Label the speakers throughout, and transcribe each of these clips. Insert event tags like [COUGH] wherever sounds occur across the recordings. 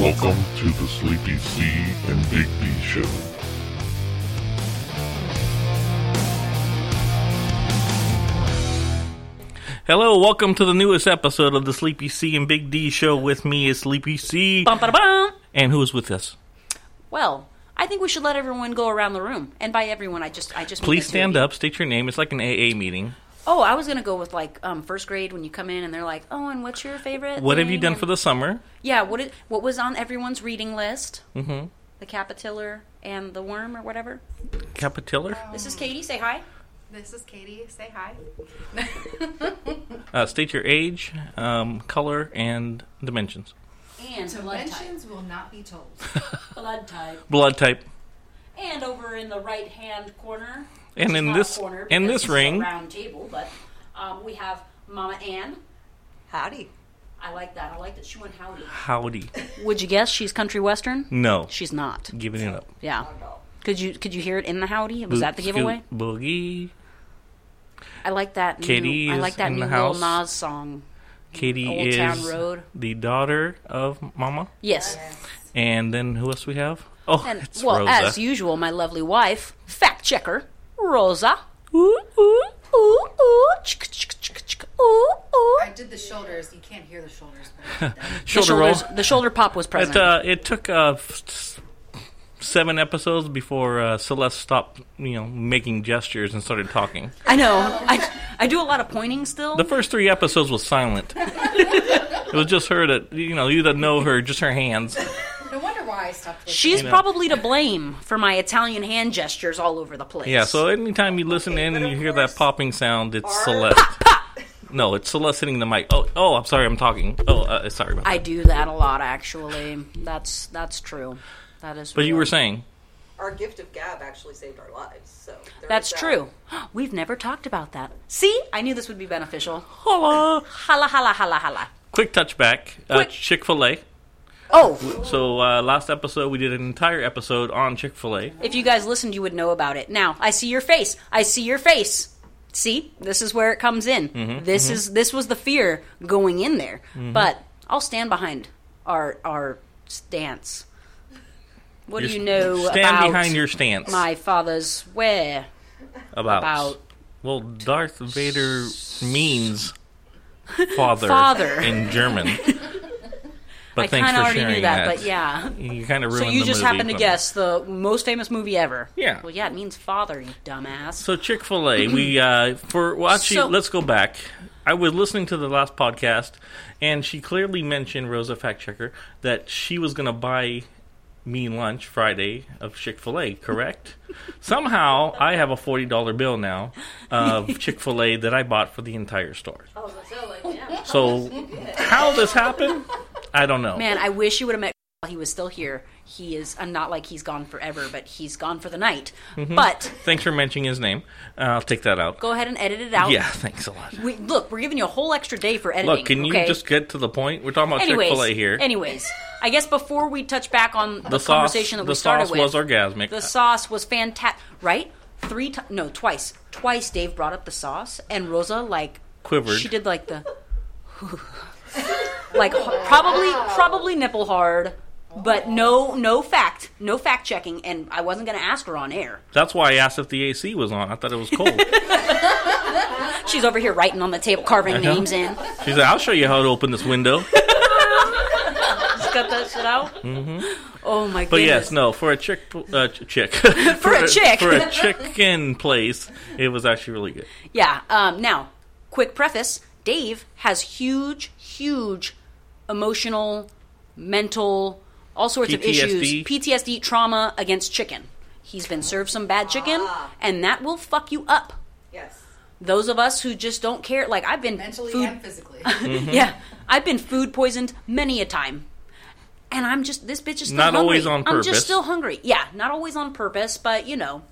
Speaker 1: Welcome to the Sleepy C and Big B Show.
Speaker 2: Hello, welcome to the newest episode of the Sleepy C and Big D show. With me is Sleepy C.
Speaker 3: Bum, bada, bum.
Speaker 2: And who is with us?
Speaker 3: Well, I think we should let everyone go around the room, and by everyone, I just, I just. mean
Speaker 2: Please
Speaker 3: the two
Speaker 2: stand
Speaker 3: of you.
Speaker 2: up, state your name. It's like an AA meeting.
Speaker 3: Oh, I was gonna go with like um, first grade when you come in, and they're like, "Oh, and what's your favorite?"
Speaker 2: What have you
Speaker 3: thing?"
Speaker 2: done
Speaker 3: And-
Speaker 2: for the summer?
Speaker 3: Yeah, what it, what was on everyone's reading list? Mm-hmm. The caterpillar and the worm, or whatever.
Speaker 2: Capitiller?
Speaker 3: This is Katie. Say hi.
Speaker 4: This is Katie. Say hi.
Speaker 2: Uh, state your age, um, color, and dimensions.
Speaker 3: And blood type.
Speaker 4: Dimensions will not be [LAUGHS] told.
Speaker 3: Blood type.
Speaker 2: Blood type.
Speaker 3: And over in the right hand corner.
Speaker 2: And in
Speaker 3: which is not a
Speaker 2: this-
Speaker 3: corner
Speaker 2: in
Speaker 3: because
Speaker 2: this
Speaker 3: it's a
Speaker 2: ring-
Speaker 3: round table, but um, we have Mama Ann.
Speaker 4: Howdy.
Speaker 3: I like that. I like that she went howdy.
Speaker 2: Howdy.
Speaker 3: Would you guess she's country western?
Speaker 2: No.
Speaker 3: She's not.
Speaker 2: Giving it up.
Speaker 3: Yeah. Could you could you hear it in the howdy? Was that the
Speaker 2: Scoot,
Speaker 3: giveaway?
Speaker 2: Boogie.
Speaker 3: I like that.
Speaker 2: Katie
Speaker 3: new, I
Speaker 2: is
Speaker 3: like that
Speaker 2: in
Speaker 3: new
Speaker 2: the house.
Speaker 3: Lil Nas song.
Speaker 2: Katie
Speaker 3: Old
Speaker 2: is
Speaker 3: Town Road.
Speaker 2: the daughter of Mama.
Speaker 3: Yes.
Speaker 2: And then who else we have? Oh,
Speaker 3: And
Speaker 2: it's
Speaker 3: well,
Speaker 2: Rosa.
Speaker 3: as usual, my lovely wife, fact checker, Rosa.
Speaker 2: Ooh, ooh.
Speaker 3: Ooh ooh, chicka, chicka, chicka, chicka, ooh ooh.
Speaker 4: I did the shoulders. You can't hear the shoulders. But
Speaker 3: The,
Speaker 2: Shoulder roll.
Speaker 3: shoulders, the shoulder pop was present.
Speaker 2: It, uh, it took uh, f- s- seven episodes before uh, Celeste stopped, you know, making gestures and started talking.
Speaker 3: I know. I, I do a lot of pointing still.
Speaker 2: The first three episodes was silent. it was just her that you know you that know her, just her hands.
Speaker 4: no wonder why I stopped. Listening.
Speaker 3: She's
Speaker 2: you know.
Speaker 3: probably to blame for my Italian hand gestures all over the place.
Speaker 2: Yeah. So anytime you listen in and you hear that popping sound, it's Celeste.
Speaker 3: [LAUGHS]
Speaker 2: No, it's Celeste hitting the mic. Oh, oh, I'm sorry, I'm talking. Oh, uh, sorry about that.
Speaker 3: I do that a lot, actually. That's that's true. That is.
Speaker 2: But you
Speaker 3: real.
Speaker 2: were saying
Speaker 5: our gift of gab actually saved our lives. So there
Speaker 3: That's
Speaker 5: is that.
Speaker 3: true. [GASPS] We've never talked about that. See, I knew this would be beneficial. [GASPS]
Speaker 2: holla,
Speaker 3: Hala hala hala hala.
Speaker 2: quick touchback, uh,
Speaker 3: Quick.
Speaker 2: Chick Fil A.
Speaker 3: Oh,
Speaker 2: So uh, last episode we did an entire episode on Chick Fil A.
Speaker 3: if you guys listened, you would know about it. Now I see your face. I see your face. See, this is where it comes in.
Speaker 2: Mm-hmm,
Speaker 3: this is this was the fear going in there. But I'll stand behind our our stance. What do
Speaker 2: Your
Speaker 3: you
Speaker 2: s-
Speaker 3: know
Speaker 2: Stand
Speaker 3: about
Speaker 2: behind your stance.
Speaker 3: my father's where?
Speaker 2: about,
Speaker 3: about-
Speaker 2: well Darth Vader means father,
Speaker 3: Father.
Speaker 2: in German.
Speaker 3: [LAUGHS]
Speaker 2: But
Speaker 3: I
Speaker 2: thanks
Speaker 3: kind of
Speaker 2: for
Speaker 3: already
Speaker 2: sharing
Speaker 3: knew that, but yeah.
Speaker 2: you kind of ruined.
Speaker 3: So you
Speaker 2: the
Speaker 3: just
Speaker 2: movie
Speaker 3: happened to
Speaker 2: for me.
Speaker 3: guess the most famous movie ever.
Speaker 2: Yeah.
Speaker 3: Well, yeah, it means father, you dumbass.
Speaker 2: So Chick Fil A, we uh, for well actually
Speaker 3: So-
Speaker 2: let's go back. I was listening to the last podcast, and she clearly mentioned Rosa Fact Checker that she was going to buy me lunch Friday of Chick Fil A.
Speaker 3: [LAUGHS]
Speaker 2: Correct. Somehow I have a forty dollar bill now
Speaker 3: [LAUGHS]
Speaker 2: of Chick Fil A that I bought for the entire store.
Speaker 3: [LAUGHS]
Speaker 2: So how this happened, I don't know.
Speaker 3: Man, I wish you would have met while he was still here. He is, I'm not like he's gone forever, but he's gone for the night.
Speaker 2: Mm-hmm.
Speaker 3: But
Speaker 2: Thanks for mentioning his name. Uh, I'll take that out.
Speaker 3: go ahead and edit it out.
Speaker 2: Yeah, thanks a lot.
Speaker 3: We, look, we're giving you a whole extra day for editing.
Speaker 2: Look, can you
Speaker 3: okay?
Speaker 2: just get to the point? We're talking about Chick
Speaker 3: anyways,
Speaker 2: Fil A here.
Speaker 3: Anyways, I guess before we touch back on the,
Speaker 2: the sauce,
Speaker 3: conversation that
Speaker 2: the
Speaker 3: we started
Speaker 2: sauce
Speaker 3: with,
Speaker 2: was orgasmic.
Speaker 3: the sauce was fantastic, right? Three, t- no, twice. Twice Dave brought up the sauce, and Rosa like
Speaker 2: Quivered.
Speaker 3: She did like the, like h- probably probably nipple hard, but no no fact no fact checking, and I wasn't gonna ask her on air.
Speaker 2: That's why I asked if the AC was on. I thought it was cold.
Speaker 3: She's over here writing on the table, carving
Speaker 2: Uh-huh.
Speaker 3: names in.
Speaker 2: she said, "I'll show you how to open this
Speaker 3: [LAUGHS]
Speaker 2: window."
Speaker 3: Just cut that shit out. Mm-hmm. Oh my
Speaker 2: But
Speaker 3: goodness!
Speaker 2: yes, no, for a chick, uh, ch-
Speaker 3: [LAUGHS]
Speaker 2: chick, for,
Speaker 3: a chick.
Speaker 2: for a chicken place, it was actually really good.
Speaker 3: Yeah. Um, now, quick preface Dave has huge, huge emotional, mental, all sorts of
Speaker 2: PTSD.
Speaker 3: issues, PTSD trauma against chicken. He's been served some bad chicken,
Speaker 4: Ah.
Speaker 3: and that will fuck you up.
Speaker 5: Yes.
Speaker 3: Those of us who just don't care, like I've been
Speaker 4: mentally
Speaker 3: food,
Speaker 4: and physically.
Speaker 3: [LAUGHS]
Speaker 2: Mm-hmm.
Speaker 3: yeah, I've been food poisoned many a time, and I'm just this bitch is still
Speaker 2: Not
Speaker 3: hungry.
Speaker 2: always on
Speaker 3: I'm
Speaker 2: purpose.
Speaker 3: just still hungry. Yeah, not always on purpose, but you know,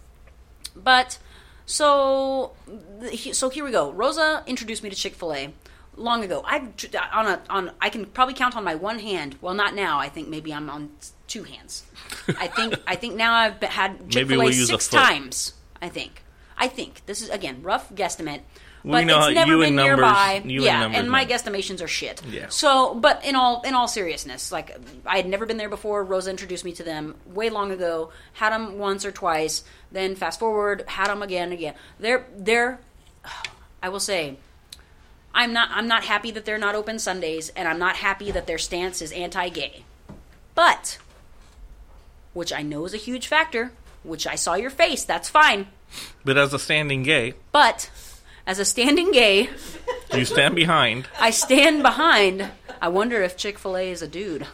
Speaker 3: but so th- he- so here we go. Rosa introduced me to Chick Fil A long ago. I've tr- on a on I can probably count on my one hand. Well, not now. I think maybe I'm on s- two hands. I think I think now I've
Speaker 2: [LAUGHS]
Speaker 3: be- had Chick Fil
Speaker 2: we'll
Speaker 3: A
Speaker 2: use a
Speaker 3: six
Speaker 2: foot.
Speaker 3: times. I think. I think this is again rough guesstimate.
Speaker 2: We
Speaker 3: but
Speaker 2: know
Speaker 3: it's
Speaker 2: how-
Speaker 3: never
Speaker 2: you
Speaker 3: been
Speaker 2: and numbers-
Speaker 3: nearby.
Speaker 2: you and
Speaker 3: yeah,
Speaker 2: numbers
Speaker 3: my
Speaker 2: know.
Speaker 3: guesstimations are shit.
Speaker 2: Yeah.
Speaker 3: So, but in all in all seriousness, like I had never been there before. Rosa introduced me to them way long ago. Had them once or twice. Then fast forward, had them again, again. They're they're. I will say, I'm not I'm not happy that they're not open Sundays, and I'm not happy that their stance is anti-gay. But, which I know is a huge factor. Which I saw your face. That's fine.
Speaker 2: But as a standing gay,
Speaker 3: But as a standing gay,
Speaker 2: you stand behind.
Speaker 3: I stand behind. I wonder if Chick Fil A is a dude.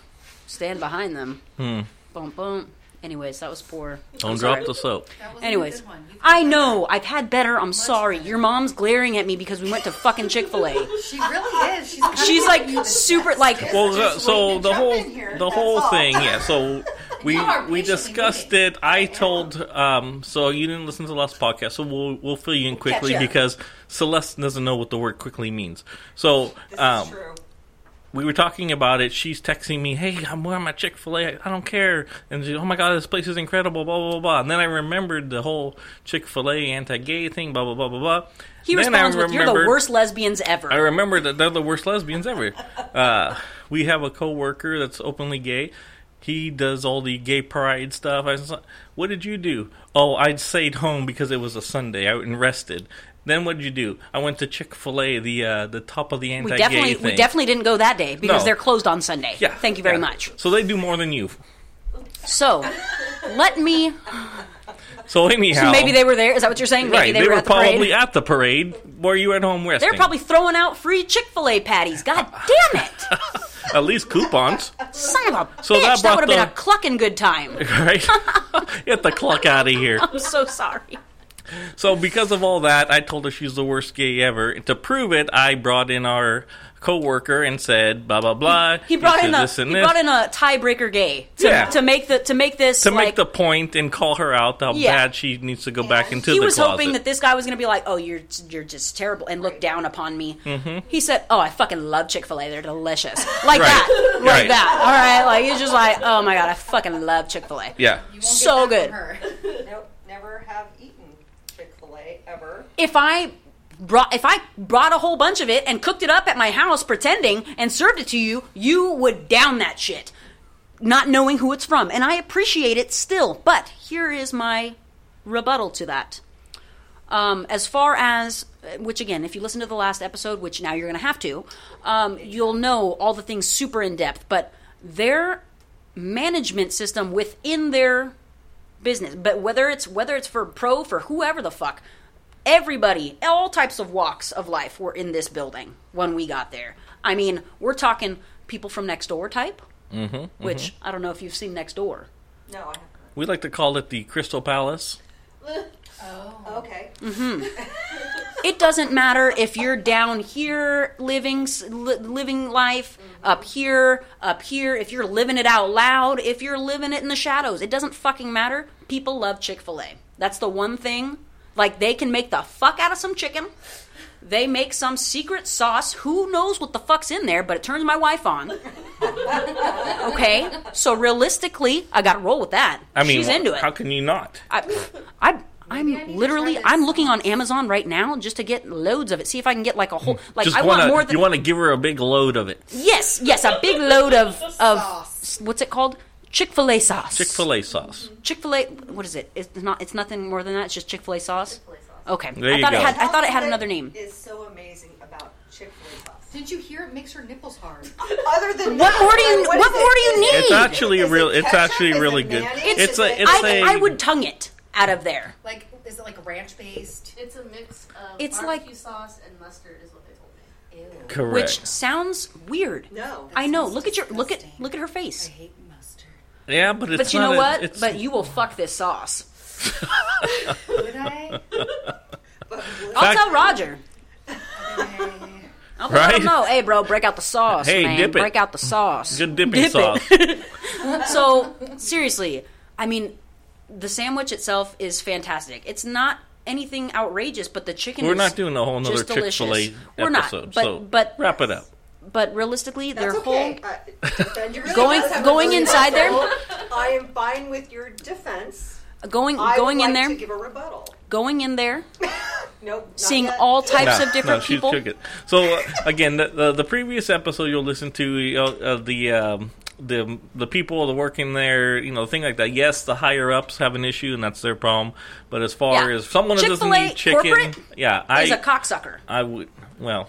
Speaker 3: Stand behind them. Hmm. Bum bum. Anyways, that was poor.
Speaker 2: Don't drop the soap.
Speaker 4: That was
Speaker 3: Anyways,
Speaker 4: a good one. You-
Speaker 3: I know I've had better. I'm sorry. Your mom's glaring at me because we went to fucking Chick
Speaker 4: [LAUGHS]
Speaker 3: Fil A.
Speaker 4: she really [LAUGHS] is. She's, kinda
Speaker 3: She's
Speaker 4: giving
Speaker 3: like
Speaker 4: you the
Speaker 3: super
Speaker 4: best.
Speaker 3: like.
Speaker 2: Well,
Speaker 4: Just
Speaker 2: the- so
Speaker 4: waiting to
Speaker 2: the
Speaker 4: jump
Speaker 2: whole
Speaker 4: in here,
Speaker 2: the
Speaker 4: that's
Speaker 2: whole
Speaker 4: all.
Speaker 2: thing, yeah. So we
Speaker 4: You are
Speaker 2: we
Speaker 4: patiently
Speaker 2: discussed
Speaker 4: waiting.
Speaker 2: it. I told um. So you didn't listen to the last podcast, so we'll we'll fill you in quickly
Speaker 5: ya.
Speaker 2: because Celeste doesn't know what the word quickly means. So
Speaker 5: This
Speaker 2: um,
Speaker 5: is true.
Speaker 2: we were talking about it. She's texting me, "Hey, I'm wearing my Chick Fil A. I don't care." And she, "Oh my god, this place is incredible." Blah blah blah. blah. And then I remembered the whole Chick Fil A anti-gay thing. Blah blah blah blah blah.
Speaker 3: He
Speaker 2: Then I
Speaker 3: responds with, "You're the
Speaker 2: remembered-
Speaker 3: worst lesbians ever."
Speaker 2: I remember that they're the worst lesbians ever. Uh, we have a coworker that's openly gay. He does all the gay pride stuff. I was like, what did you do? Oh, I stayed home because it was a Sunday. I went and rested. Then what did you do? I went to Chick Fil A, the uh, the top of the
Speaker 3: we
Speaker 2: anti-gay
Speaker 3: definitely
Speaker 2: thing.
Speaker 3: we definitely didn't go that day because
Speaker 2: No.
Speaker 3: they're closed on Sunday.
Speaker 2: yeah.
Speaker 3: Thank you very
Speaker 2: yeah.
Speaker 3: much.
Speaker 2: So they do more than you.
Speaker 3: So, let me.
Speaker 2: So anyhow,
Speaker 3: Maybe they were there. Is that what you're saying? Maybe
Speaker 2: right.
Speaker 3: they,
Speaker 2: were,
Speaker 3: were, at the parade.
Speaker 2: probably at the parade. Were you at home resting?
Speaker 3: They're probably throwing out free Chick Fil A
Speaker 2: [LAUGHS]
Speaker 3: patties. God damn it,
Speaker 2: at least coupons, [LAUGHS]
Speaker 3: son of a
Speaker 2: So
Speaker 3: bitch!
Speaker 2: that
Speaker 3: That,
Speaker 2: brought
Speaker 3: would have been
Speaker 2: the-
Speaker 3: a clucking good time.
Speaker 2: right? Get the clock out of here.
Speaker 3: [LAUGHS] I'm so sorry.
Speaker 2: So because of all that, I told her she's the worst gay ever. To prove it, I brought in our coworker and said blah blah blah.
Speaker 3: He brought in
Speaker 2: the
Speaker 3: a he brought in a tiebreaker gay to,
Speaker 2: Yeah.
Speaker 3: to make the to make this
Speaker 2: to
Speaker 3: like,
Speaker 2: make the point and call her out how
Speaker 3: Yeah.
Speaker 2: bad she needs to go back into
Speaker 3: he
Speaker 2: the
Speaker 3: was
Speaker 2: closet.
Speaker 3: hoping that this guy was going to be like, "Oh, you're you're just terrible," and look down upon me. Mm-hmm. He said, "Oh, I fucking love Chick Fil A. They're delicious, [LAUGHS] like
Speaker 2: Right.
Speaker 3: that, like
Speaker 2: Right.
Speaker 3: that. All right, like he's just like, oh my god, I fucking love Chick Fil A.
Speaker 2: yeah.
Speaker 4: You won't get
Speaker 3: So
Speaker 4: that
Speaker 3: good.
Speaker 4: from her.
Speaker 5: Nope, never have eaten Chick Fil A ever.
Speaker 3: if I brought if I brought a whole bunch of it and cooked it up at my house pretending and served it to you, you would down that shit. Not knowing who it's from. And I appreciate it still. But here is my rebuttal to that. Um, as far as which again, if you listen to the last episode, which now you're going to have to, um, you'll know all the things super in depth. But their management system within their business, but whether it's whether it's for pro for whoever the fuck, everybody, all types of walks of life were in this building when we got there. I mean, we're talking people from next door type, which I don't know if you've seen next door.
Speaker 5: No, I haven't.
Speaker 2: We like to call it the Crystal Palace.
Speaker 5: Okay.
Speaker 3: it doesn't matter if you're down here living s- li- living life up here up here if you're living it out loud if you're living it in the shadows it doesn't fucking matter people love chick-fil-a that's the one thing like they can make the fuck out of some chicken they make some secret sauce who knows what the fuck's in there but it turns my wife on okay so realistically i gotta roll with that
Speaker 2: I mean,
Speaker 3: she's into it
Speaker 2: How can you not?
Speaker 3: I, I,
Speaker 4: I need
Speaker 3: I'm
Speaker 4: to
Speaker 3: literally,
Speaker 4: try this.
Speaker 3: I'm looking on Amazon right now just to get loads of it. See if I can get like a whole,
Speaker 2: Hmm.
Speaker 3: like
Speaker 2: Just
Speaker 3: I
Speaker 2: wanna,
Speaker 3: want more than
Speaker 2: you want to give her a big load of it.
Speaker 3: yes, yes, a
Speaker 4: [LAUGHS]
Speaker 3: big load of of
Speaker 4: Sauce.
Speaker 3: what's it called? Chick fil A sauce.
Speaker 2: Chick Fil A sauce.
Speaker 3: Chick fil A. What is it? It's not. It's nothing more than that. It's just Chick fil A sauce. Okay.
Speaker 2: There
Speaker 3: I
Speaker 2: you
Speaker 3: thought
Speaker 2: go.
Speaker 3: it had. I thought it had another name.
Speaker 5: Is so amazing about Chick Fil A
Speaker 4: Didn't you hear it makes her nipples
Speaker 3: [LAUGHS]
Speaker 4: hard?
Speaker 5: Other than
Speaker 3: What
Speaker 5: that,
Speaker 3: more do you-
Speaker 5: like,
Speaker 3: what
Speaker 5: is
Speaker 3: more do you
Speaker 5: Is it-
Speaker 2: It's
Speaker 3: Hey!
Speaker 2: actually
Speaker 5: Is it
Speaker 2: real. It's
Speaker 5: ketchup?
Speaker 2: actually
Speaker 5: Is it
Speaker 2: really good.
Speaker 5: mayonnaise?
Speaker 2: It's
Speaker 5: Is
Speaker 2: a.
Speaker 5: it-
Speaker 2: It's
Speaker 3: I,
Speaker 2: a.
Speaker 3: I would tongue it out of there.
Speaker 4: Like, is it like ranch based?
Speaker 6: It's a mix of
Speaker 3: It's
Speaker 6: barbecue
Speaker 3: like-
Speaker 6: sauce and mustard, is what they told me.
Speaker 4: Ew.
Speaker 2: Correct.
Speaker 3: Which sounds weird.
Speaker 5: No.
Speaker 3: I know.
Speaker 4: sounds
Speaker 3: Look at your look at
Speaker 4: disgusting.
Speaker 3: look at her face.
Speaker 4: I hate mustard.
Speaker 2: yeah, but it's
Speaker 3: But you
Speaker 2: not
Speaker 3: know
Speaker 2: a-
Speaker 3: what?
Speaker 2: it's-
Speaker 3: But you will fuck this sauce.
Speaker 4: Would
Speaker 3: [LAUGHS]
Speaker 4: I?
Speaker 5: But what-
Speaker 3: I'll
Speaker 2: Fact-
Speaker 3: tell Roger.
Speaker 4: I-
Speaker 3: I'll
Speaker 2: Right?
Speaker 3: let him know. Hey, bro, break out the sauce,
Speaker 2: Hey,
Speaker 3: man.
Speaker 2: dip it.
Speaker 3: Break out the sauce.
Speaker 2: good dipping
Speaker 3: Dip it.
Speaker 2: sauce.
Speaker 5: [LAUGHS]
Speaker 3: So seriously, I mean, the sandwich itself is fantastic. It's not anything outrageous, but the chicken.
Speaker 2: We're
Speaker 3: is
Speaker 2: not doing a whole nother
Speaker 3: just
Speaker 2: Chick
Speaker 3: delicious.
Speaker 2: Fil A
Speaker 3: We're not,
Speaker 2: episode.
Speaker 3: but-
Speaker 2: so
Speaker 3: but-
Speaker 2: wrap it up.
Speaker 3: But realistically, their
Speaker 5: That's
Speaker 3: whole
Speaker 5: okay. I- defend your-
Speaker 3: Going-
Speaker 5: that's a
Speaker 3: going
Speaker 5: really
Speaker 3: inside there?
Speaker 5: rebuttal. I am fine with your defense.
Speaker 3: going
Speaker 5: I
Speaker 3: going
Speaker 5: would
Speaker 3: in
Speaker 5: like
Speaker 3: there,
Speaker 5: to give a rebuttal.
Speaker 3: going in there,
Speaker 7: Nope. not
Speaker 3: seeing
Speaker 7: yet.
Speaker 3: all types
Speaker 2: Nah,
Speaker 3: of different
Speaker 2: no, she's
Speaker 3: people.
Speaker 2: cooking. So uh, again, the, the the previous episode you'll listen to uh, uh, the um, the the people that work in there, you know, thing like that. Yes, the higher ups have an issue, and that's their problem. But as far
Speaker 3: Yeah.
Speaker 2: as someone that doesn't
Speaker 3: Chick-fil-A
Speaker 2: eat chicken,
Speaker 3: corporate
Speaker 2: yeah,
Speaker 3: Is a
Speaker 2: I
Speaker 3: cocksucker.
Speaker 2: I would well,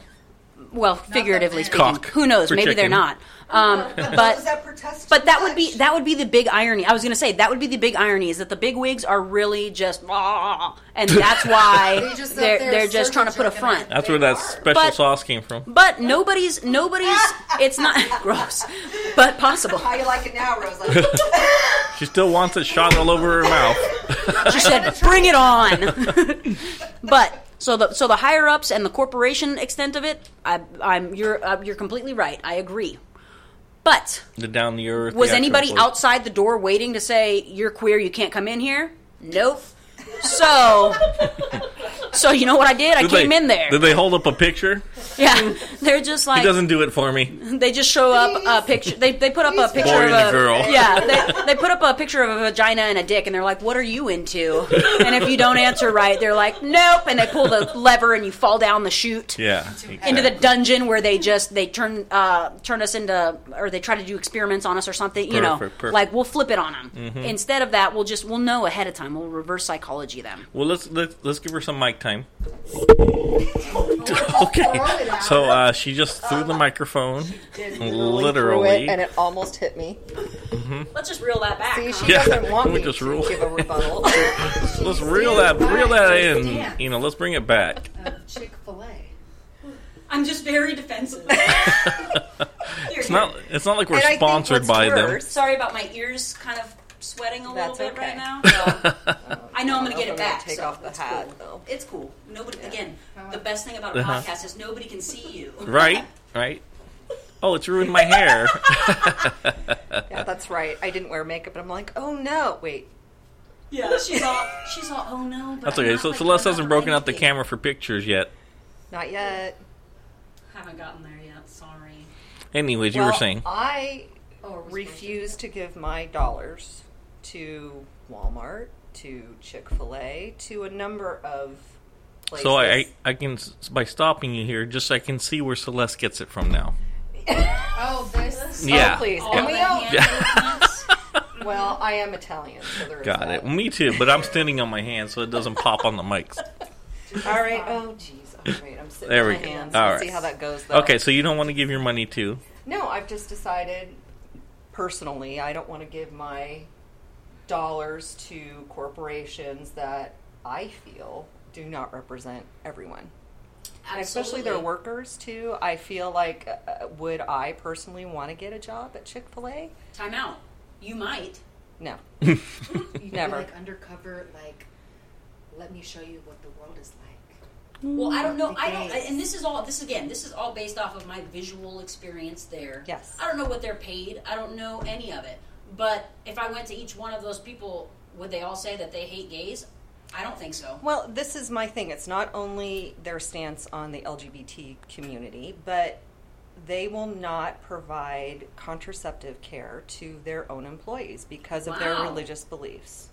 Speaker 3: Well, figuratively
Speaker 6: that
Speaker 3: speaking,
Speaker 2: Cock
Speaker 3: who knows?
Speaker 2: for
Speaker 3: Maybe they're
Speaker 2: chicken.
Speaker 3: not.
Speaker 5: [LAUGHS]
Speaker 3: Um,
Speaker 7: Is
Speaker 3: but
Speaker 7: that protest?
Speaker 3: but
Speaker 7: too
Speaker 3: that would be
Speaker 7: much?
Speaker 3: that would be the big irony. I was going to say that would be the big irony is that the big wigs are really just "Ah," and
Speaker 6: [LAUGHS]
Speaker 3: that's why
Speaker 6: They just up
Speaker 3: they're
Speaker 6: there
Speaker 3: they're just trying to put a
Speaker 6: circle jerking
Speaker 3: front.
Speaker 6: it.
Speaker 2: that's
Speaker 6: They
Speaker 2: where that
Speaker 6: are.
Speaker 2: special
Speaker 3: But-
Speaker 2: sauce came from.
Speaker 3: But nobody's nobody's it's not
Speaker 6: [LAUGHS]
Speaker 3: gross, but possible.
Speaker 7: How you like it now, Rosa?
Speaker 2: She still wants it shot all over her mouth.
Speaker 3: She said, "Bring it on." [LAUGHS] but so the so the higher ups and the corporation extent of it, I, I'm you're uh, you're completely right. I agree. But
Speaker 2: The down the earth.
Speaker 3: was
Speaker 2: the actual
Speaker 3: anybody
Speaker 2: place.
Speaker 3: outside the door waiting to say you're queer, you can't come in here? Nope.
Speaker 2: [LAUGHS]
Speaker 3: So, so you know what I did? I
Speaker 2: Did
Speaker 3: came
Speaker 2: they-
Speaker 3: in there.
Speaker 2: Did they hold up a picture?
Speaker 3: yeah, they're just
Speaker 2: He
Speaker 3: like
Speaker 2: doesn't do it for me.
Speaker 3: they just show up a picture. They, they put up a picture
Speaker 2: Boy
Speaker 3: of
Speaker 2: and
Speaker 3: a
Speaker 2: a girl.
Speaker 3: [LAUGHS] Yeah, they, they put up a picture of a vagina and a dick, and they're like, "What are you into?" And if you don't answer right, they're like, "Nope," and they pull the lever, and you fall down the chute
Speaker 2: Yeah.
Speaker 3: into the
Speaker 2: exactly.
Speaker 3: dungeon where they just they turn uh, turn us into or they try to do experiments on us or something. You know,
Speaker 2: Perfect, Mm-hmm. perfect.
Speaker 3: like we'll flip it on them instead of that. We'll just we'll know ahead of time. We'll reverse psychology them.
Speaker 2: Well, let's let's, let's give her some mic
Speaker 5: [LAUGHS]
Speaker 2: time. okay. [LAUGHS] So uh, she just threw the microphone, literally.
Speaker 5: and it almost hit me.
Speaker 3: Let's just reel that back.
Speaker 5: See,
Speaker 3: huh?
Speaker 5: she
Speaker 2: Yeah,
Speaker 5: doesn't want
Speaker 2: can [LAUGHS] we
Speaker 5: me
Speaker 2: just
Speaker 5: to
Speaker 2: rule?
Speaker 5: give a
Speaker 2: [LAUGHS]
Speaker 5: rebuttal.
Speaker 2: Let's reel that reel that in.
Speaker 6: Damn.
Speaker 2: You know, let's bring it back.
Speaker 6: Chick Fil A.
Speaker 3: I'm just very defensive.
Speaker 2: [LAUGHS] It's not it's not like we're
Speaker 5: And I think
Speaker 2: sponsored
Speaker 5: what's
Speaker 2: by them.
Speaker 5: worse-
Speaker 3: Sorry about my ears kind of sweating a
Speaker 5: That's
Speaker 3: little bit right
Speaker 5: okay.
Speaker 3: now. So I know I'm going to get
Speaker 5: I'm
Speaker 3: it
Speaker 5: gonna
Speaker 3: back.
Speaker 5: Take
Speaker 3: so
Speaker 5: off the
Speaker 3: it's
Speaker 5: hat
Speaker 3: cool.
Speaker 5: though.
Speaker 3: It's cool. Nobody again. The best thing about a
Speaker 2: Uh-huh.
Speaker 3: podcast is nobody can see you.
Speaker 2: [LAUGHS] Right? Right? Oh, it's ruined my hair. [LAUGHS]
Speaker 5: Yeah, that's right. I didn't wear makeup, and I'm like, oh no, wait.
Speaker 3: Yeah, she's all she's all oh no. But
Speaker 2: That's
Speaker 3: I'm
Speaker 2: okay.
Speaker 3: not,
Speaker 2: So
Speaker 3: like,
Speaker 2: Celeste
Speaker 3: I'm
Speaker 2: hasn't
Speaker 3: not
Speaker 2: broken out the
Speaker 3: anything."
Speaker 2: camera for pictures yet.
Speaker 5: Not yet.
Speaker 3: Haven't gotten there yet. Sorry.
Speaker 2: Anyways, you
Speaker 5: well,
Speaker 2: were saying.
Speaker 5: I
Speaker 4: Oh,
Speaker 5: refuse to give my dollars to Walmart, to Chick Fil A, to a number of places.
Speaker 2: So I, I I can s- by stopping you here, just I can see where Celeste gets it from now. [LAUGHS]
Speaker 6: Oh, this.
Speaker 2: Yeah.
Speaker 5: oh, please.
Speaker 3: All
Speaker 5: And
Speaker 3: the
Speaker 5: we all,
Speaker 3: hand movements.
Speaker 5: well, I am Italian, so there is
Speaker 2: Got
Speaker 5: that.
Speaker 2: it. Me too, but I'm standing on my hand so it doesn't pop on the mics.
Speaker 5: All right. Oh, jeez. All right. I'm sitting
Speaker 2: There
Speaker 5: on
Speaker 2: we
Speaker 5: my
Speaker 2: go.
Speaker 5: hands.
Speaker 2: All
Speaker 5: We'll
Speaker 2: right.
Speaker 5: see how that goes. Though.
Speaker 2: Okay, so you don't want to give your money to
Speaker 5: No, I've just decided personally I don't want to give my dollars to corporations that I feel do not represent everyone. And especially their
Speaker 3: Absolutely.
Speaker 5: workers too. I feel like uh, uh, would I personally want to get a job at Chick-fil-A?
Speaker 3: [LAUGHS] Time out. You might.
Speaker 5: No.
Speaker 6: You
Speaker 5: Never.
Speaker 6: Like undercover, like, let me show you what the world is like.
Speaker 3: Well, I don't know. I don't.
Speaker 6: Thanks.
Speaker 3: And this is all. This again. This is all based off of my visual experience there.
Speaker 5: Yes.
Speaker 3: I don't know what they're paid. I don't know any of it. But if I went to each one of those people, would they all say that they hate gays? I don't think so.
Speaker 5: Well, this is my thing. It's not only their stance on the LGBT community, but they will not provide contraceptive care to their own employees because of their
Speaker 3: Wow.
Speaker 5: religious beliefs.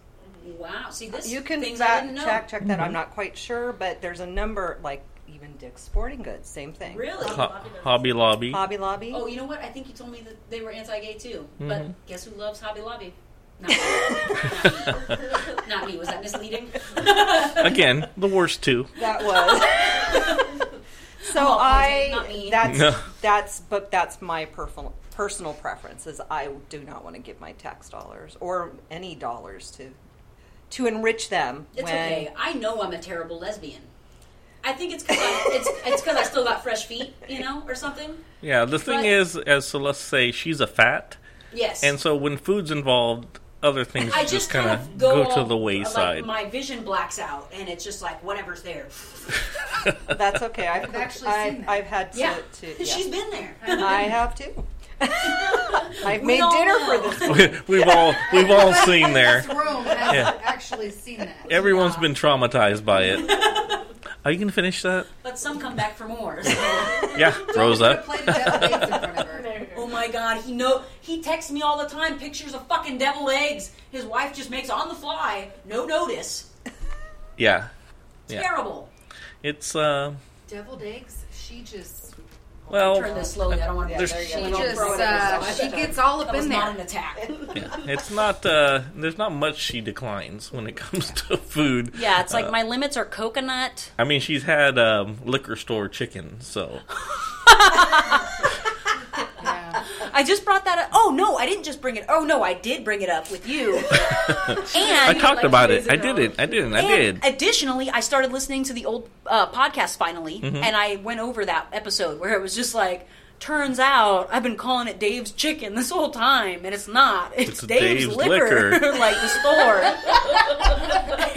Speaker 3: Wow. See, this
Speaker 5: You can
Speaker 3: things I
Speaker 5: fact
Speaker 3: didn't know.
Speaker 5: check check that. I'm not quite sure, but there's a number like even Dick's Sporting Goods, same thing.
Speaker 3: Really?
Speaker 2: Ho- Hobby Lobby.
Speaker 5: Hobby Lobby.
Speaker 3: Oh, you know what? I think you told me that they were anti-gay too.
Speaker 4: Mm-hmm.
Speaker 3: But guess who loves Hobby Lobby? Not
Speaker 4: [LAUGHS]
Speaker 3: me. Not me. Was that misleading?
Speaker 2: Again, the worst two.
Speaker 5: That was. [LAUGHS] so
Speaker 3: all
Speaker 5: I
Speaker 3: pointing, not me.
Speaker 5: that's
Speaker 2: No.
Speaker 5: that's but that's my personal personal preference is I do not want to give my tax dollars or any dollars to to enrich them
Speaker 3: It's
Speaker 5: when
Speaker 3: okay. I know I'm a terrible lesbian. I think it's because it's it's because I still got fresh feet, you know, or something.
Speaker 2: Yeah, the thing
Speaker 3: But-
Speaker 2: is, as Celeste say, she's a fat,
Speaker 3: Yes.
Speaker 2: and so when food's involved, other things
Speaker 3: I
Speaker 2: just,
Speaker 3: just,
Speaker 2: kind of go, to the wayside. [LAUGHS]
Speaker 3: Like, my vision blacks out, and it's just like whatever's there.
Speaker 5: that's okay. I've,
Speaker 6: I've actually
Speaker 5: I've,
Speaker 6: seen that.
Speaker 5: I've had to,
Speaker 3: Yeah,
Speaker 5: to [LAUGHS]
Speaker 3: [LAUGHS]
Speaker 5: yeah.
Speaker 3: she's been there.
Speaker 5: I have [LAUGHS] too. I've
Speaker 3: We
Speaker 5: made
Speaker 3: all
Speaker 5: dinner
Speaker 3: know.
Speaker 5: [LAUGHS] for this.
Speaker 2: we've all we've all
Speaker 3: [LAUGHS]
Speaker 2: seen there.
Speaker 6: This room has
Speaker 2: Yeah.
Speaker 6: actually seen that.
Speaker 2: Everyone's been traumatized by
Speaker 3: [LAUGHS]
Speaker 2: it. Are you gonna finish that?
Speaker 3: But some come back for
Speaker 5: [LAUGHS]
Speaker 3: more. [LAUGHS]
Speaker 2: Yeah,
Speaker 6: Put a
Speaker 2: Rosa.
Speaker 6: plate of deviled eggs in front of her.
Speaker 3: oh my god, he know he texts me all the time pictures of fucking devil eggs. His wife just makes on the fly, no notice.
Speaker 2: Yeah, Yeah.
Speaker 3: Terrible.
Speaker 2: It's uh,
Speaker 4: Deviled eggs. She just.
Speaker 2: well,
Speaker 3: Turn this slowly. I don't want to.
Speaker 2: There's-
Speaker 4: there you
Speaker 3: she
Speaker 4: go.
Speaker 8: She
Speaker 4: Don't
Speaker 8: just
Speaker 3: throw it at
Speaker 8: uh,
Speaker 3: yourself.
Speaker 8: she gets all
Speaker 3: That
Speaker 8: up
Speaker 3: was
Speaker 8: in
Speaker 3: not
Speaker 8: there.
Speaker 3: an attack.
Speaker 2: it's not. Uh, there's not much she declines when it [LAUGHS] comes to food.
Speaker 3: Yeah, it's like
Speaker 2: Uh,
Speaker 3: my limits are coconut.
Speaker 2: I mean, she's had um, liquor store chicken, so
Speaker 8: Yeah.
Speaker 3: I just brought that up. Oh no, I didn't just bring it. Oh no, I did bring it up with you. and
Speaker 2: [LAUGHS] I talked
Speaker 6: like
Speaker 2: about
Speaker 6: two
Speaker 2: it.
Speaker 6: days
Speaker 2: I
Speaker 6: ago.
Speaker 2: did it. I didn't. I
Speaker 3: and
Speaker 2: did.
Speaker 3: Additionally, I started listening to the old uh, podcast finally, and I went over that episode where it was just like, turns out I've been calling it Dave's Chicken this whole time, and it's not. It's,
Speaker 2: It's
Speaker 3: Dave's,
Speaker 2: Dave's
Speaker 3: Liquor,
Speaker 2: Liquor.
Speaker 3: [LAUGHS] like the store.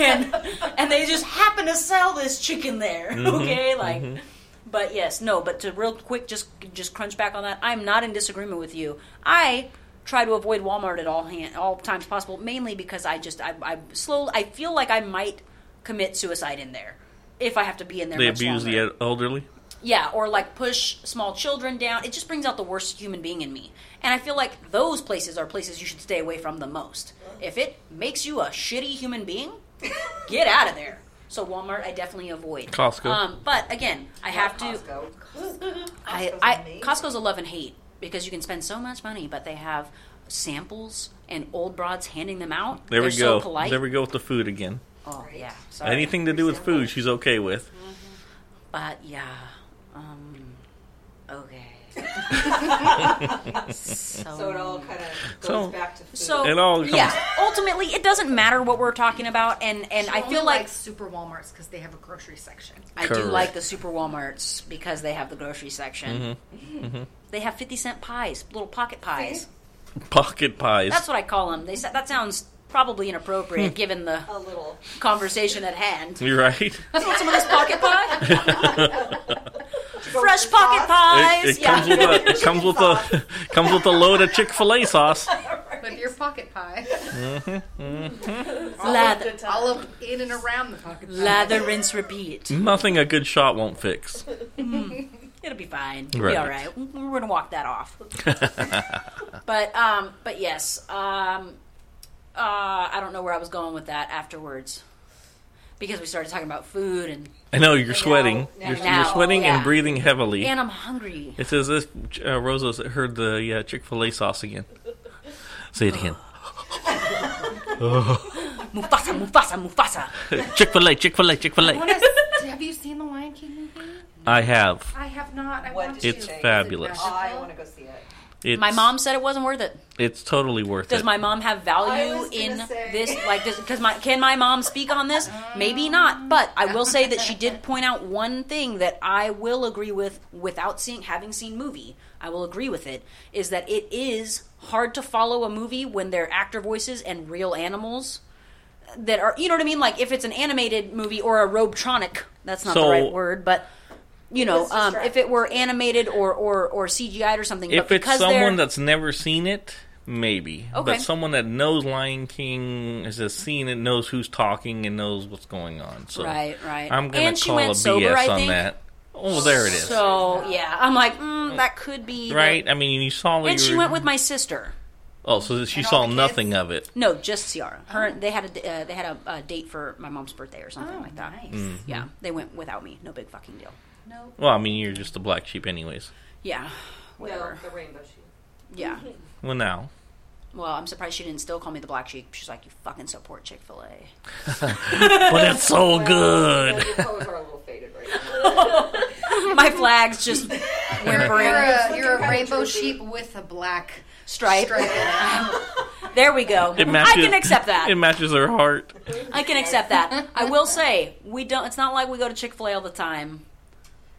Speaker 3: and and they just happen to sell this chicken there. Okay, like. But yes, no. But to real quick, just just crunch back on that. I'm not in disagreement with you. I try to avoid Walmart at all hand, all times possible, mainly because I just I I slow I feel like I might commit suicide in there if I have to be in there.
Speaker 2: They
Speaker 3: much
Speaker 2: abuse
Speaker 3: longer.
Speaker 2: the elderly.
Speaker 3: yeah, or like push small children down. It just brings out the worst human being in me, and I feel like those places are places you should stay away from the most. If it makes you a shitty human being, get out of there. So Walmart, I definitely avoid.
Speaker 2: Costco.
Speaker 3: Um, but again, I have to. I, I Costco's a love and hate because you can spend so much money, but they have samples and old broads handing them out.
Speaker 2: There
Speaker 3: They're
Speaker 2: we go.
Speaker 3: So polite.
Speaker 2: There we go with the food again.
Speaker 3: oh yeah. Sorry.
Speaker 2: Anything to do with food, she's okay with.
Speaker 3: Mm-hmm. But yeah. Um,
Speaker 5: [LAUGHS]
Speaker 3: okay. so,
Speaker 5: So it all kind of goes
Speaker 2: So-
Speaker 5: back to
Speaker 3: [LAUGHS]
Speaker 5: food.
Speaker 3: So
Speaker 2: It all comes-
Speaker 3: yeah. Ultimately, it doesn't matter what we're talking about, and and I feel like
Speaker 6: super Walmart's because they have a grocery section.
Speaker 3: I do
Speaker 2: Correct.
Speaker 3: like the super WalMarts because they have the grocery section.
Speaker 2: Mm-hmm.
Speaker 5: Mm-hmm.
Speaker 3: They have fifty cent pies, little pocket pies.
Speaker 2: Pocket pies. [LAUGHS]
Speaker 3: That's what I call them. They sa- that sounds probably
Speaker 2: Hmm.
Speaker 3: inappropriate given the
Speaker 5: a little.
Speaker 3: conversation at hand.
Speaker 2: You're right.
Speaker 3: That's want some of this pocket pie. Fresh
Speaker 5: Sauce?
Speaker 3: pocket pies.
Speaker 2: It, it
Speaker 3: yeah.
Speaker 2: comes with
Speaker 3: [LAUGHS]
Speaker 2: a it comes with a [LAUGHS] comes with a load of Chick Fil A sauce.
Speaker 6: With your pocket pie,
Speaker 3: lather,
Speaker 6: all up in and around the pocket pie.
Speaker 3: lather, rinse, repeat.
Speaker 2: Nothing a good shot won't fix.
Speaker 3: It'll be fine. It'll be all
Speaker 2: Right.
Speaker 3: right. We're gonna walk that off. [LAUGHS] but um, but yes, um, uh, I don't know where I was going with that afterwards because we started talking about food and
Speaker 2: I know you're sweating.
Speaker 5: now-
Speaker 2: you're,
Speaker 3: now,
Speaker 2: you're sweating
Speaker 3: yeah.
Speaker 2: and breathing heavily.
Speaker 3: and I'm hungry.
Speaker 2: It says this uh, Rosa's heard the uh, Chick Fil A sauce again. Say it
Speaker 3: [SIGHS]
Speaker 2: again.
Speaker 3: Mufasa, Mufasa, Mufasa.
Speaker 2: Chick Fil A, Chick Fil A, Chick Fil A.
Speaker 6: [LAUGHS] have you seen the Lion King movie?
Speaker 2: I have.
Speaker 6: I have not. I
Speaker 5: What
Speaker 6: want
Speaker 5: did
Speaker 6: to.
Speaker 5: you It's
Speaker 6: Is
Speaker 5: think?
Speaker 6: it
Speaker 2: fabulous.
Speaker 6: magical?
Speaker 5: I want to go see it.
Speaker 2: It's,
Speaker 3: My mom said it wasn't worth it.
Speaker 2: It's totally worth
Speaker 3: Does
Speaker 2: it.
Speaker 3: my mom have
Speaker 5: I
Speaker 3: value
Speaker 5: was gonna
Speaker 3: in
Speaker 5: say.
Speaker 3: this? Like, because my can my mom speak on this?
Speaker 5: Um.
Speaker 3: Maybe not. But I will say that she
Speaker 5: [LAUGHS]
Speaker 3: did point out one thing that I will agree with, without seeing having seen movie. I will agree with it is that it is hard to follow a movie when they're actor voices and real animals that are. You know what I mean? Like if it's an animated movie or a robotronic. That's not the
Speaker 2: So-
Speaker 3: right word, but. You know,
Speaker 5: It's
Speaker 3: um, if it were animated or, or, or CGI'd or something,
Speaker 2: if
Speaker 3: but
Speaker 2: it's
Speaker 3: because they're-
Speaker 2: someone that's never seen it, maybe.
Speaker 3: Okay.
Speaker 2: But someone that knows Lion King has just seen it, knows who's talking, and knows what's going on. So
Speaker 3: Right, right.
Speaker 2: I'm gonna
Speaker 3: And she
Speaker 2: call
Speaker 3: went
Speaker 2: a BS
Speaker 3: sober, I
Speaker 2: on
Speaker 3: think.
Speaker 2: that. Oh, there it is.
Speaker 3: So yeah, I'm like, mm, that could be the-
Speaker 2: right? I mean, you saw.
Speaker 3: And
Speaker 2: you
Speaker 3: she
Speaker 2: were-
Speaker 3: went with my sister.
Speaker 2: Oh, so she
Speaker 8: all
Speaker 2: saw
Speaker 8: the kids?
Speaker 2: nothing of it.
Speaker 3: No, just Ciara. Her
Speaker 2: Oh.
Speaker 3: they had a uh, they had a, uh date for my mom's birthday or something like that.
Speaker 6: Nice.
Speaker 2: Mm-hmm.
Speaker 3: Yeah, they went without me. No big fucking deal.
Speaker 6: No.
Speaker 2: Well, I mean, you're just a black sheep, anyways.
Speaker 3: Yeah,
Speaker 5: No,
Speaker 3: whatever.
Speaker 5: the rainbow
Speaker 2: [LAUGHS]
Speaker 5: shoe.
Speaker 3: Yeah.
Speaker 2: Well, now
Speaker 3: Well, I'm surprised she didn't still call me the black sheep. She's like, you fucking support Chick
Speaker 2: [LAUGHS]
Speaker 3: Fil A.
Speaker 2: but it's so good.
Speaker 5: Your colors are a little faded right now.
Speaker 3: My flag's just
Speaker 6: You're
Speaker 3: whimpering
Speaker 6: a, you're a rainbow sheep with a black
Speaker 3: stripe.
Speaker 6: stripe. in it.
Speaker 3: There we go.
Speaker 2: It matches,
Speaker 3: I can accept that.
Speaker 2: It matches her heart.
Speaker 3: I can accept that.
Speaker 2: [LAUGHS]
Speaker 3: I will say we don't. It's not like we go to Chick Fil A all the time.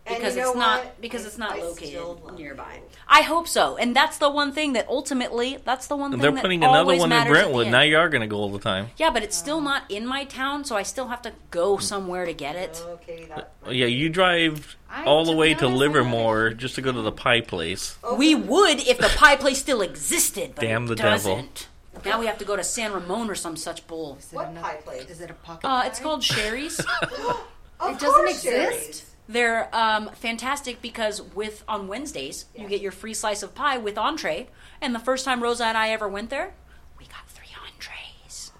Speaker 5: And
Speaker 3: because
Speaker 5: you know
Speaker 3: it's not
Speaker 5: what?
Speaker 3: because
Speaker 5: I-
Speaker 3: it's not
Speaker 5: I
Speaker 3: located
Speaker 5: still love
Speaker 3: nearby.
Speaker 5: you.
Speaker 3: I hope so, and that's the one thing that ultimately that's the one thing
Speaker 2: They're
Speaker 3: that
Speaker 2: putting another
Speaker 3: always
Speaker 2: one in
Speaker 3: matters at the
Speaker 2: Brentwood.
Speaker 3: end.
Speaker 2: Now you are going to go all the time.
Speaker 3: yeah, but it's still not in my town, so I still have to go somewhere to get it.
Speaker 5: Okay, that.
Speaker 2: Yeah, you drive
Speaker 6: I-
Speaker 2: all the
Speaker 6: to
Speaker 2: way
Speaker 6: be
Speaker 2: to
Speaker 6: honest, I don't
Speaker 2: Livermore just to go to the pie place.
Speaker 3: We would if the pie place still existed, but
Speaker 2: Damn
Speaker 3: it
Speaker 2: the devil.
Speaker 3: doesn't. Now we have to go to San Ramon or some such bull.
Speaker 6: Is it
Speaker 5: What
Speaker 6: another-
Speaker 5: pie place?
Speaker 6: Is it a pocket?
Speaker 3: Uh, it's
Speaker 6: pie?
Speaker 2: [LAUGHS]
Speaker 3: called Sherry's.
Speaker 5: Of
Speaker 6: it doesn't
Speaker 5: course there
Speaker 6: exist?
Speaker 5: is.
Speaker 3: They're um, fantastic because with on Wednesdays you get your free slice of pie with entree. And the first time Rosa and I ever went there, we got three entrees.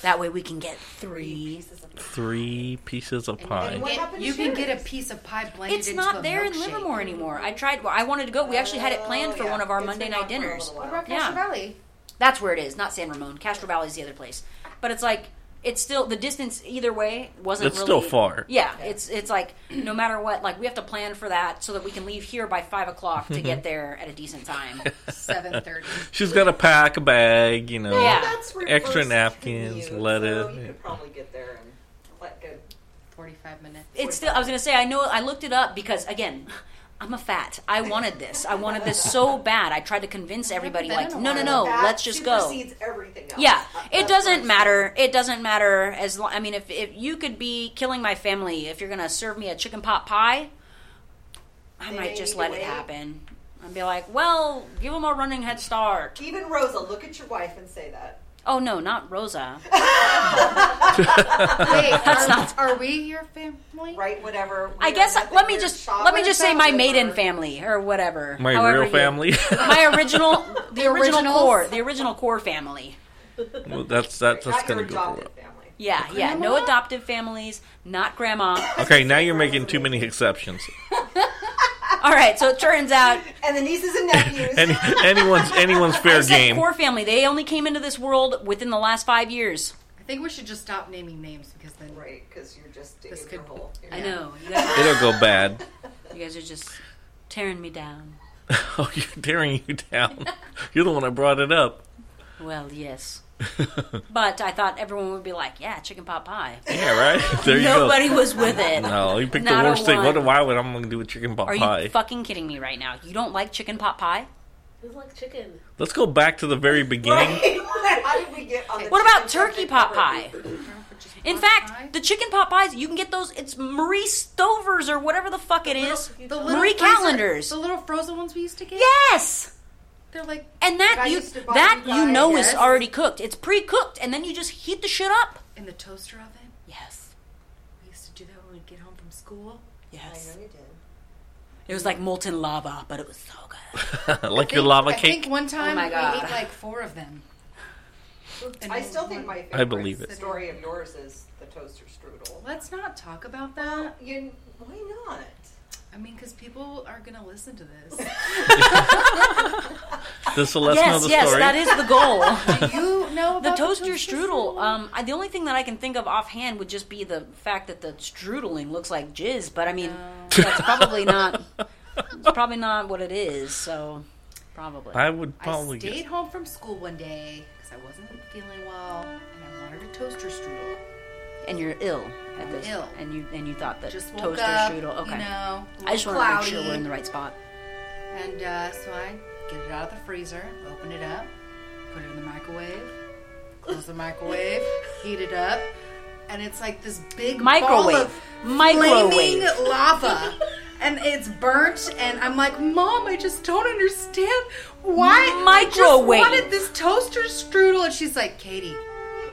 Speaker 3: that way we can get three
Speaker 5: Pieces of
Speaker 2: three pieces of
Speaker 4: And
Speaker 2: pie.
Speaker 4: what
Speaker 6: Get-
Speaker 4: happened to
Speaker 6: you can get a
Speaker 4: Sherry's?
Speaker 6: piece of pie blended
Speaker 3: It's
Speaker 6: into
Speaker 3: not
Speaker 6: a
Speaker 3: there in
Speaker 6: milkshake.
Speaker 3: Livermore anymore. I tried. Well, I wanted to go. We actually had it planned
Speaker 5: Oh,
Speaker 3: for
Speaker 5: yeah.
Speaker 3: one of our
Speaker 5: It's
Speaker 3: Monday
Speaker 5: been
Speaker 3: night
Speaker 5: gone for a little
Speaker 3: dinners.
Speaker 5: while.
Speaker 6: What about
Speaker 3: Yeah.
Speaker 6: Castro Valley?
Speaker 3: That's where it is, not San Ramon. Castro Valley's the other place. But it's like it's still the distance either way wasn't
Speaker 2: It's
Speaker 3: really
Speaker 2: still far.
Speaker 3: Yeah, it's it's like no matter what, like we have to plan for that so that we can leave here by five o'clock to
Speaker 2: Mm-hmm.
Speaker 3: get there at a
Speaker 2: [LAUGHS]
Speaker 3: decent time.
Speaker 6: Seven thirty.
Speaker 2: She's got to pack a bag, you know.
Speaker 3: Yeah.
Speaker 5: That's reverse
Speaker 2: Extra napkins,
Speaker 5: commute,
Speaker 2: lettuce.
Speaker 5: So you could probably get there and let good.
Speaker 6: Forty-five minutes.
Speaker 3: It's still. I was gonna say. I know. I looked it up because again. I'm a fat. I wanted this. I wanted this so bad. I tried to convince everybody,
Speaker 6: been
Speaker 3: like,
Speaker 6: in a
Speaker 3: no, no, no,
Speaker 6: while.
Speaker 5: That
Speaker 3: let's just go.
Speaker 5: supersedes everything else.
Speaker 3: Yeah,
Speaker 5: That-
Speaker 3: it
Speaker 5: that's
Speaker 3: doesn't
Speaker 5: what
Speaker 3: matter. It doesn't matter as long. I mean, if if you could be killing my family, if you're gonna serve me a chicken pot pie, I
Speaker 5: They
Speaker 3: might just
Speaker 5: need
Speaker 3: let
Speaker 5: to
Speaker 3: it
Speaker 5: wait.
Speaker 3: happen. I'd be like, well, give them a running head start.
Speaker 5: I'm- Even Rosa, look at your wife and say that.
Speaker 3: Oh no, not Rosa.
Speaker 6: Wait,
Speaker 3: [LAUGHS] That's
Speaker 6: are,
Speaker 3: not-
Speaker 6: are we your family?
Speaker 5: Right, whatever. we
Speaker 3: I
Speaker 5: are
Speaker 3: guess.
Speaker 5: nothing,
Speaker 3: Let me
Speaker 5: we're
Speaker 3: just
Speaker 5: shop-
Speaker 3: let me
Speaker 5: we're
Speaker 3: just say my
Speaker 5: shopping
Speaker 3: maiden
Speaker 5: for-
Speaker 3: family or whatever.
Speaker 2: My
Speaker 3: however
Speaker 2: real
Speaker 3: you-
Speaker 2: family.
Speaker 3: [LAUGHS] My original, the original
Speaker 6: originals?
Speaker 3: core, the original core family.
Speaker 2: well, that's that's that's
Speaker 5: Not
Speaker 2: gonna
Speaker 5: your
Speaker 2: go. for
Speaker 5: adopted
Speaker 2: it.
Speaker 5: family.
Speaker 3: Yeah, yeah. No adoptive families, not grandma.
Speaker 2: Okay, now you're making too many
Speaker 5: [LAUGHS]
Speaker 2: exceptions.
Speaker 3: All right, so it turns out
Speaker 5: And the nieces
Speaker 2: [LAUGHS]
Speaker 5: and nephews.
Speaker 2: Any, anyone's
Speaker 3: [LAUGHS]
Speaker 2: anyone's fair
Speaker 3: I said
Speaker 2: game.
Speaker 3: Core family. They only came into this world within the last five years.
Speaker 6: I think we should just stop naming names because then
Speaker 5: right, because you're just digging
Speaker 6: This
Speaker 5: your
Speaker 6: could-
Speaker 5: hole. You're
Speaker 3: I
Speaker 5: not-
Speaker 3: know. You guys,
Speaker 2: It'll go bad.
Speaker 3: you guys are just tearing me down.
Speaker 2: [LAUGHS] Oh, you're tearing you down. You're the one that brought it up. [LAUGHS]
Speaker 3: Well, yes. But I thought everyone would be like, yeah, chicken pot pie.
Speaker 2: Yeah,
Speaker 3: [LAUGHS]
Speaker 2: right. There you
Speaker 3: Nobody was with it.
Speaker 2: go. No, you picked
Speaker 3: Not
Speaker 2: the
Speaker 3: a
Speaker 2: worst thing. What
Speaker 3: one.
Speaker 2: do I? What I'm gonna do with chicken pot
Speaker 3: Are
Speaker 2: pie?
Speaker 3: you fucking kidding me right now? You don't like chicken pot pie?
Speaker 4: It's like chicken.
Speaker 2: Let's go back to the very beginning.
Speaker 3: [LAUGHS]
Speaker 5: Right? How did we get on the
Speaker 3: What about
Speaker 5: chicken
Speaker 3: turkey
Speaker 5: subject
Speaker 3: pot
Speaker 5: already?
Speaker 3: pie? In fact, the chicken pot pies, you can get those. It's Marie Stover's or whatever the fuck it is.
Speaker 6: the
Speaker 3: Marie
Speaker 6: freezer-
Speaker 3: Callender's.
Speaker 6: the little frozen ones we used to get.
Speaker 3: Yes!
Speaker 6: they're like
Speaker 3: And
Speaker 6: That
Speaker 3: that
Speaker 6: I
Speaker 3: you
Speaker 6: used to buy
Speaker 3: that
Speaker 6: you
Speaker 3: you
Speaker 6: guys,
Speaker 3: know is
Speaker 6: yes.
Speaker 3: already cooked. It's pre-cooked, and then you just heat the shit up.
Speaker 6: in the toaster oven.
Speaker 3: Yes.
Speaker 6: We used to do that when we'd get home from school.
Speaker 3: Yes.
Speaker 5: I know you did.
Speaker 3: It was like molten lava, but it was so
Speaker 2: [LAUGHS]
Speaker 3: good.
Speaker 2: like
Speaker 6: I
Speaker 2: your
Speaker 6: think-
Speaker 2: lava
Speaker 6: I
Speaker 2: cake.
Speaker 6: think one time
Speaker 3: my
Speaker 6: we
Speaker 3: God.
Speaker 6: ate like four of them. And
Speaker 5: I still think my favorite
Speaker 2: I believe it.
Speaker 5: story of yours is the toaster strudel.
Speaker 6: Let's not talk about that.
Speaker 5: Uh, You, why not?
Speaker 6: I mean, because people are gonna listen to this.
Speaker 2: The Celeste know
Speaker 3: yes,
Speaker 2: the
Speaker 3: yes,
Speaker 2: story.
Speaker 3: that is the [LAUGHS] goal.
Speaker 6: Do you know about
Speaker 3: the toaster strudel. Um, I, the only thing that I can think of offhand would just be the fact that the strudeling looks like jizz, but I mean, that's probably [LAUGHS] not. It's probably not what it is. So, probably.
Speaker 2: I would
Speaker 6: I
Speaker 2: probably
Speaker 6: stayed
Speaker 2: get
Speaker 6: home from school one day because I wasn't feeling well, and I wanted a toaster strudel.
Speaker 3: and you're ill at
Speaker 6: I'm
Speaker 3: this,
Speaker 6: ill.
Speaker 3: and you and you thought that
Speaker 6: Just woke
Speaker 3: toaster
Speaker 6: up,
Speaker 3: strudel. Okay.
Speaker 6: you know, a
Speaker 3: I just
Speaker 6: little
Speaker 3: want to make sure
Speaker 6: cloudy.
Speaker 3: we're in the right spot.
Speaker 6: And uh, so I get it out of the freezer, open it up, put it in the microwave, close
Speaker 3: [LAUGHS]
Speaker 6: the microwave, heat it up, and it's like this big ball
Speaker 3: Microwave.
Speaker 6: of
Speaker 3: Microwave.
Speaker 6: flaming
Speaker 3: [LAUGHS]
Speaker 6: lava. And it's burnt, and I'm like, Mom, I just don't understand why
Speaker 3: Microwave.
Speaker 6: I just wanted this toaster strudel, and she's like, Katie,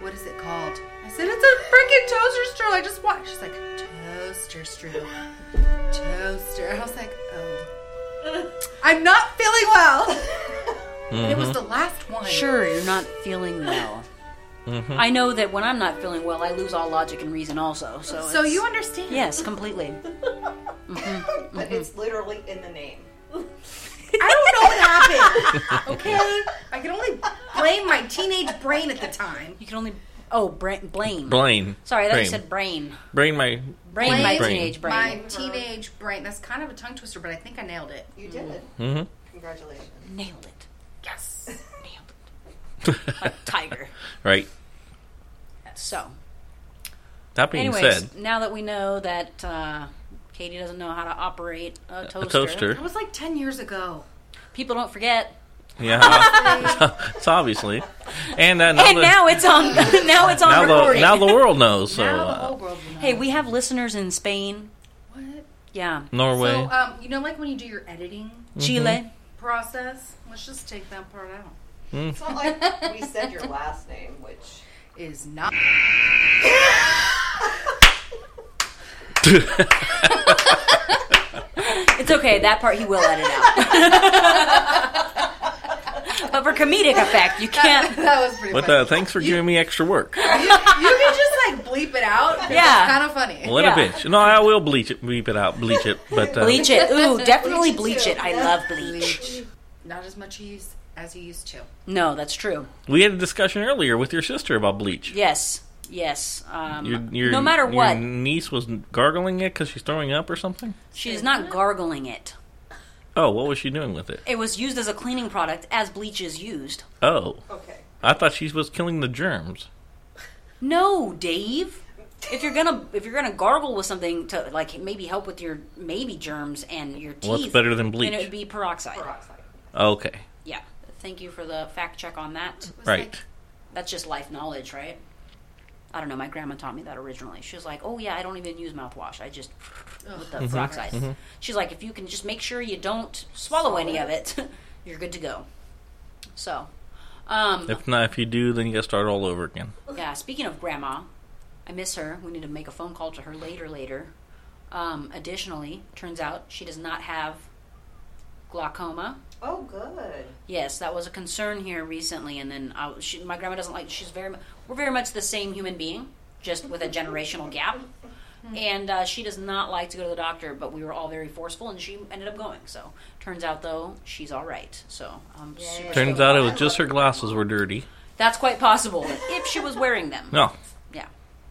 Speaker 6: what is it called? I said, It's a freaking toaster strudel. I just want. She's like, Toaster strudel, toaster. I was like, Oh, I'm not feeling well. And it was the last one.
Speaker 3: Sure, you're not feeling well.
Speaker 2: Mm-hmm.
Speaker 3: I know that when I'm not feeling well, I lose all logic and reason, also. So,
Speaker 6: So
Speaker 3: it's-
Speaker 6: you understand?
Speaker 3: Yes, completely.
Speaker 5: But it's literally in the name.
Speaker 6: I don't know what
Speaker 3: [LAUGHS]
Speaker 6: happened. Okay, I can only blame my teenage brain at the time.
Speaker 3: You can only oh bra- blame.
Speaker 2: Blaine.
Speaker 3: Sorry, I thought
Speaker 2: Brain.
Speaker 3: you said brain.
Speaker 2: Brain my.
Speaker 3: Brain, my
Speaker 6: Blame
Speaker 2: teenage
Speaker 3: teenage brain. Uh-huh.
Speaker 6: My teenage brain. That's kind of a tongue twister, but I think I nailed it.
Speaker 5: You did.
Speaker 2: Mhm.
Speaker 5: [LAUGHS] Congratulations.
Speaker 3: Nailed it.
Speaker 6: Yes.
Speaker 3: Nailed it. Like tiger.
Speaker 2: [LAUGHS] Right.
Speaker 3: So,
Speaker 2: That being
Speaker 3: anyways,
Speaker 2: said,
Speaker 3: now that we know that uh, Katie doesn't know how to operate a toaster,
Speaker 2: a toaster.
Speaker 3: [LAUGHS]
Speaker 6: It was like ten years ago.
Speaker 3: people don't forget.
Speaker 2: Yeah. [LAUGHS] it's obviously. And, uh, now,
Speaker 3: And
Speaker 2: the,
Speaker 3: now it's on. [LAUGHS] now it's on
Speaker 2: now the
Speaker 3: recording.
Speaker 2: now the world knows. So
Speaker 6: now the
Speaker 2: uh,
Speaker 6: whole world will know.
Speaker 3: hey, we have listeners in Spain.
Speaker 6: what?
Speaker 3: Yeah,
Speaker 2: Norway.
Speaker 6: So, um, you know, like when you do your editing
Speaker 2: Mm-hmm.
Speaker 3: Chile.
Speaker 6: process, let's just take that part out.
Speaker 5: It's not like we said your last name, which
Speaker 6: Is not.
Speaker 3: uh, It's okay. That part he will edit out. [LAUGHS] but for comedic effect, you can't.
Speaker 6: [LAUGHS] That was
Speaker 2: [LAUGHS]
Speaker 6: pretty.
Speaker 2: but
Speaker 6: funny.
Speaker 2: uh, thanks for giving me extra work.
Speaker 6: You can just like bleep it out. 'cause
Speaker 3: Yeah.
Speaker 6: It's kind of funny.
Speaker 2: What
Speaker 3: Yeah.
Speaker 2: a bitch. No, I will bleach it, bleep it out, bleach
Speaker 3: [LAUGHS]
Speaker 2: it. But uh,
Speaker 3: Bleach it. Ooh, definitely
Speaker 6: Bleach
Speaker 3: bleach
Speaker 6: it
Speaker 3: it. I love bleach.
Speaker 6: Bleach. Not as much use as you used to.
Speaker 3: No, that's true.
Speaker 2: we had a discussion earlier with your sister about bleach.
Speaker 3: Yes. Yes. Um,
Speaker 2: Your, your,
Speaker 3: no matter
Speaker 2: your
Speaker 3: what,
Speaker 2: niece was gargling it because she's throwing up or something.
Speaker 3: she's not gargling it.
Speaker 2: Oh, what was she doing with it?
Speaker 3: It was used as a cleaning product, as bleach is used.
Speaker 2: Oh,
Speaker 5: Okay.
Speaker 2: I thought she was killing the germs.
Speaker 3: No, Dave. If you're gonna if you're gonna gargle with something to like maybe help with your maybe germs and your teeth,
Speaker 2: Well, it's better than bleach.
Speaker 3: Then it would be peroxide.
Speaker 5: Peroxide.
Speaker 2: Okay,
Speaker 3: Yeah. Thank you for the fact check on that.
Speaker 6: It was
Speaker 2: right.
Speaker 6: like-
Speaker 3: That's just life knowledge, right? I don't know. My grandma taught me that originally. She was like, "Oh yeah, I don't even use mouthwash. I just with the peroxide." She's like, "If you can just make sure you don't swallow any of it, [LAUGHS] you're good to go." So, um,
Speaker 2: if not, if you do, then you got to start all over again.
Speaker 3: yeah. Speaking of grandma, I miss her. We need to make a phone call to her later. Later. Um, additionally, turns out she does not have glaucoma.
Speaker 5: Oh, good.
Speaker 3: Yes, that was a concern here recently, and then I, she, my grandma doesn't like. She's very mu- we're very much the same human being, just with a generational gap, and uh, she does not like to go to the doctor. But we were all very forceful, and she ended up going. So turns out though she's all right. So um, super
Speaker 2: Turns out it was just her glasses were dirty.
Speaker 3: that's quite possible if she was wearing them.
Speaker 2: No,
Speaker 3: Yeah.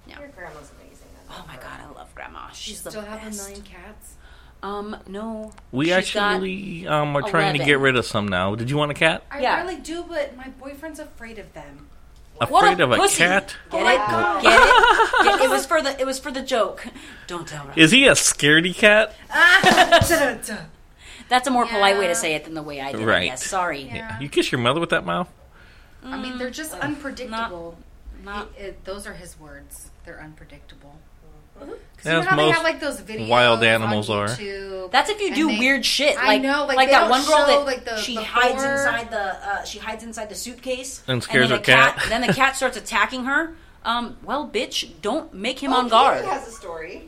Speaker 5: Your grandma's amazing. I love
Speaker 3: Oh my
Speaker 5: her.
Speaker 3: god, I love grandma. She's the
Speaker 6: Still
Speaker 3: best.
Speaker 6: have a million cats.
Speaker 3: Um, no,
Speaker 2: we
Speaker 3: she's got-
Speaker 2: actually um, are trying to
Speaker 3: 11.
Speaker 2: get rid of some now. Did you want a cat?
Speaker 6: I
Speaker 3: Yeah.
Speaker 6: rarely do, but my boyfriend's afraid of them. [LAUGHS]
Speaker 3: What a
Speaker 2: Afraid of a
Speaker 3: pussy.
Speaker 2: cat?
Speaker 3: Get
Speaker 6: oh my
Speaker 3: it?
Speaker 6: god.
Speaker 3: Get it? Get- it was for the it was for the joke. Don't tell her.
Speaker 2: Is he a scaredy cat?
Speaker 6: Da-da-da.
Speaker 3: [LAUGHS] That's a more polite way
Speaker 6: Yeah.
Speaker 3: to say it than the way I did.
Speaker 2: Right.
Speaker 3: Right. Yes, sorry.
Speaker 6: Yeah.
Speaker 2: You kiss your mother with that mouth?
Speaker 6: I mean, they're just unpredictable.
Speaker 3: Mm. Not
Speaker 6: He- it- those are his words. They're unpredictable.
Speaker 3: Mm-hmm.
Speaker 6: 'Cause you
Speaker 2: That's
Speaker 6: know how they
Speaker 2: most
Speaker 6: have like those videos
Speaker 2: wild
Speaker 6: on
Speaker 2: animals are.
Speaker 6: YouTube?
Speaker 3: That's if you
Speaker 6: And
Speaker 3: do
Speaker 6: they-
Speaker 3: weird shit.
Speaker 6: I
Speaker 3: Like,
Speaker 6: know, like,
Speaker 3: like,
Speaker 6: they
Speaker 3: that
Speaker 6: don't
Speaker 3: one girl
Speaker 6: show,
Speaker 3: that
Speaker 6: like, the
Speaker 3: she
Speaker 6: before-
Speaker 3: hides inside the uh, she hides inside the suitcase
Speaker 2: And scares her
Speaker 3: then the cat.
Speaker 2: cat.
Speaker 3: then the cat starts attacking her. Um, well, bitch, don't make him
Speaker 5: Oh,
Speaker 3: on guard.
Speaker 5: Katie has a story.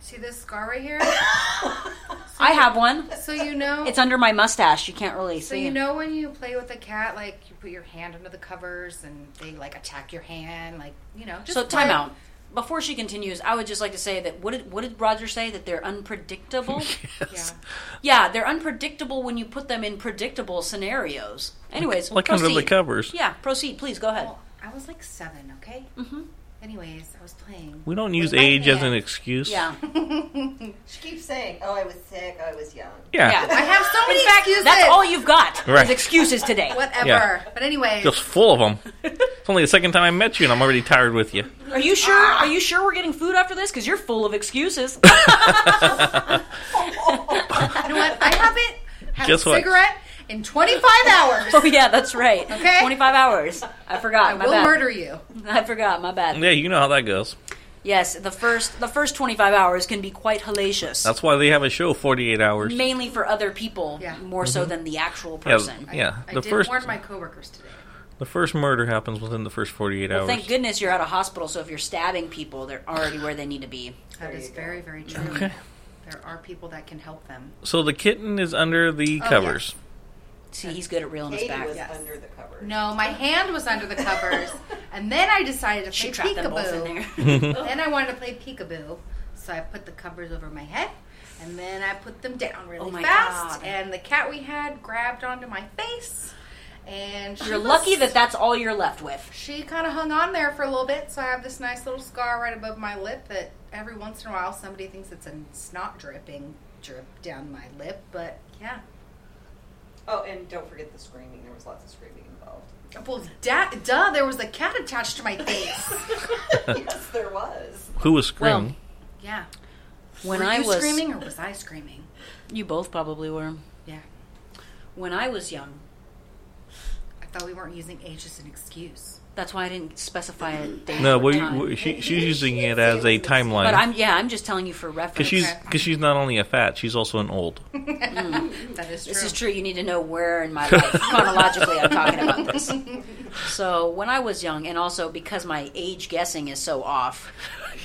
Speaker 6: See this scar right here?
Speaker 3: I have one.
Speaker 6: so you know.
Speaker 3: It's under my mustache. You can't really
Speaker 6: so
Speaker 3: see.
Speaker 6: you know when you play with a cat, like you put your hand under the covers and they like attack your hand, like you know. Just
Speaker 3: so
Speaker 6: play.
Speaker 3: time out. Before she continues, I would just like to say that what did what did Roger say that
Speaker 2: [LAUGHS]
Speaker 3: they're unpredictable?
Speaker 6: Yeah.
Speaker 3: yeah, they're unpredictable when you put them in predictable scenarios. Anyways,
Speaker 2: Like
Speaker 3: proceed.
Speaker 2: under the covers.
Speaker 3: Yeah, proceed, please. Go ahead.
Speaker 6: Well, I was like seven, okay. Mm-hmm. Anyways, I was playing.
Speaker 2: We don't use
Speaker 6: With my
Speaker 2: age as an
Speaker 6: hand.
Speaker 2: excuse.
Speaker 3: Yeah.
Speaker 5: She keeps saying, "Oh, I was sick. Oh, I was young."
Speaker 2: Yeah.
Speaker 3: Yeah.
Speaker 6: [LAUGHS] I have so many excuses.
Speaker 3: That's all you've got
Speaker 2: Right.
Speaker 3: is excuses today.
Speaker 6: Whatever.
Speaker 2: Yeah.
Speaker 6: But anyways,
Speaker 2: Just full of
Speaker 3: [LAUGHS]
Speaker 2: them. it's only the second time I met you, and I'm already tired with you.
Speaker 3: Are you sure?
Speaker 6: Ah.
Speaker 3: Are you sure we're getting food after this? Because you're full of excuses. [LAUGHS]
Speaker 6: you know what? I
Speaker 2: [LAUGHS]
Speaker 6: haven't had
Speaker 2: Guess
Speaker 6: a
Speaker 2: what?
Speaker 6: cigarette in 25
Speaker 3: [LAUGHS]
Speaker 6: hours.
Speaker 3: oh yeah, that's right.
Speaker 6: Okay.
Speaker 3: Twenty-five hours. I forgot.
Speaker 6: I
Speaker 3: my
Speaker 6: will
Speaker 3: bad.
Speaker 6: murder you.
Speaker 3: [LAUGHS] I forgot. My bad.
Speaker 2: Yeah, you know how that goes.
Speaker 3: Yes, the first the first twenty-five hours can be quite hellacious,
Speaker 2: That's why they have a show 48 hours.
Speaker 3: mainly for other people,
Speaker 6: Yeah.
Speaker 3: more so than the actual
Speaker 2: Mm-hmm. yeah,
Speaker 3: person.
Speaker 2: yeah.
Speaker 6: I
Speaker 2: the
Speaker 6: did
Speaker 2: first
Speaker 6: warn my coworkers today.
Speaker 2: the first murder happens within the first 48 hours.
Speaker 3: Thank goodness you're out of hospital, so if you're stabbing people, they're already where they need to be.
Speaker 6: That is very, very true.
Speaker 2: Okay.
Speaker 6: There are people that can help them.
Speaker 2: So the kitten is under
Speaker 3: Oh,
Speaker 2: the covers.
Speaker 3: See, he's good at reeling us
Speaker 5: Katie
Speaker 3: back.
Speaker 5: was
Speaker 6: Yes.
Speaker 5: under the covers.
Speaker 6: No, my hand was under
Speaker 3: [LAUGHS]
Speaker 6: the covers, and then I decided to
Speaker 3: She
Speaker 6: play
Speaker 3: trapped them both in
Speaker 6: peekaboo.
Speaker 3: there.
Speaker 6: [LAUGHS] Then I wanted to play peekaboo, so I put the covers over my head, and then I put them down really
Speaker 3: Oh my
Speaker 6: fast.
Speaker 3: God.
Speaker 6: And the cat we had grabbed onto my face, and she
Speaker 3: You're
Speaker 6: was-
Speaker 3: lucky that that's all you're left with.
Speaker 6: she kind of hung on there for a little bit. So I have this nice little scar right above my lip that every once in a while somebody thinks it's a snot dripping drip down my lip, but yeah.
Speaker 5: Oh, and don't forget the screaming. There was lots of screaming involved.
Speaker 6: Well, da- duh, there was a cat attached to
Speaker 3: [LAUGHS]
Speaker 6: my face.
Speaker 5: yes, there was.
Speaker 2: Who was screaming?
Speaker 6: yeah.
Speaker 3: When
Speaker 6: Were
Speaker 3: I
Speaker 6: you
Speaker 3: was
Speaker 6: screaming or was I screaming?
Speaker 3: you both probably were.
Speaker 6: Yeah.
Speaker 3: When I was young,
Speaker 6: I thought we weren't using age as an excuse.
Speaker 3: That's why I didn't specify a date.
Speaker 2: no,
Speaker 3: or
Speaker 2: we,
Speaker 3: time.
Speaker 2: we- she, she's using it as a timeline.
Speaker 3: but I'm yeah, I'm just telling you for reference.
Speaker 2: Because she's, cause she's not only a fat, she's also an old.
Speaker 6: That is
Speaker 3: [CLEARS THROAT]
Speaker 6: true.
Speaker 3: this is true. You need to know where in
Speaker 2: [LAUGHS]
Speaker 3: my life chronologically I'm talking about this. So when I was young, and also because my age guessing is so off,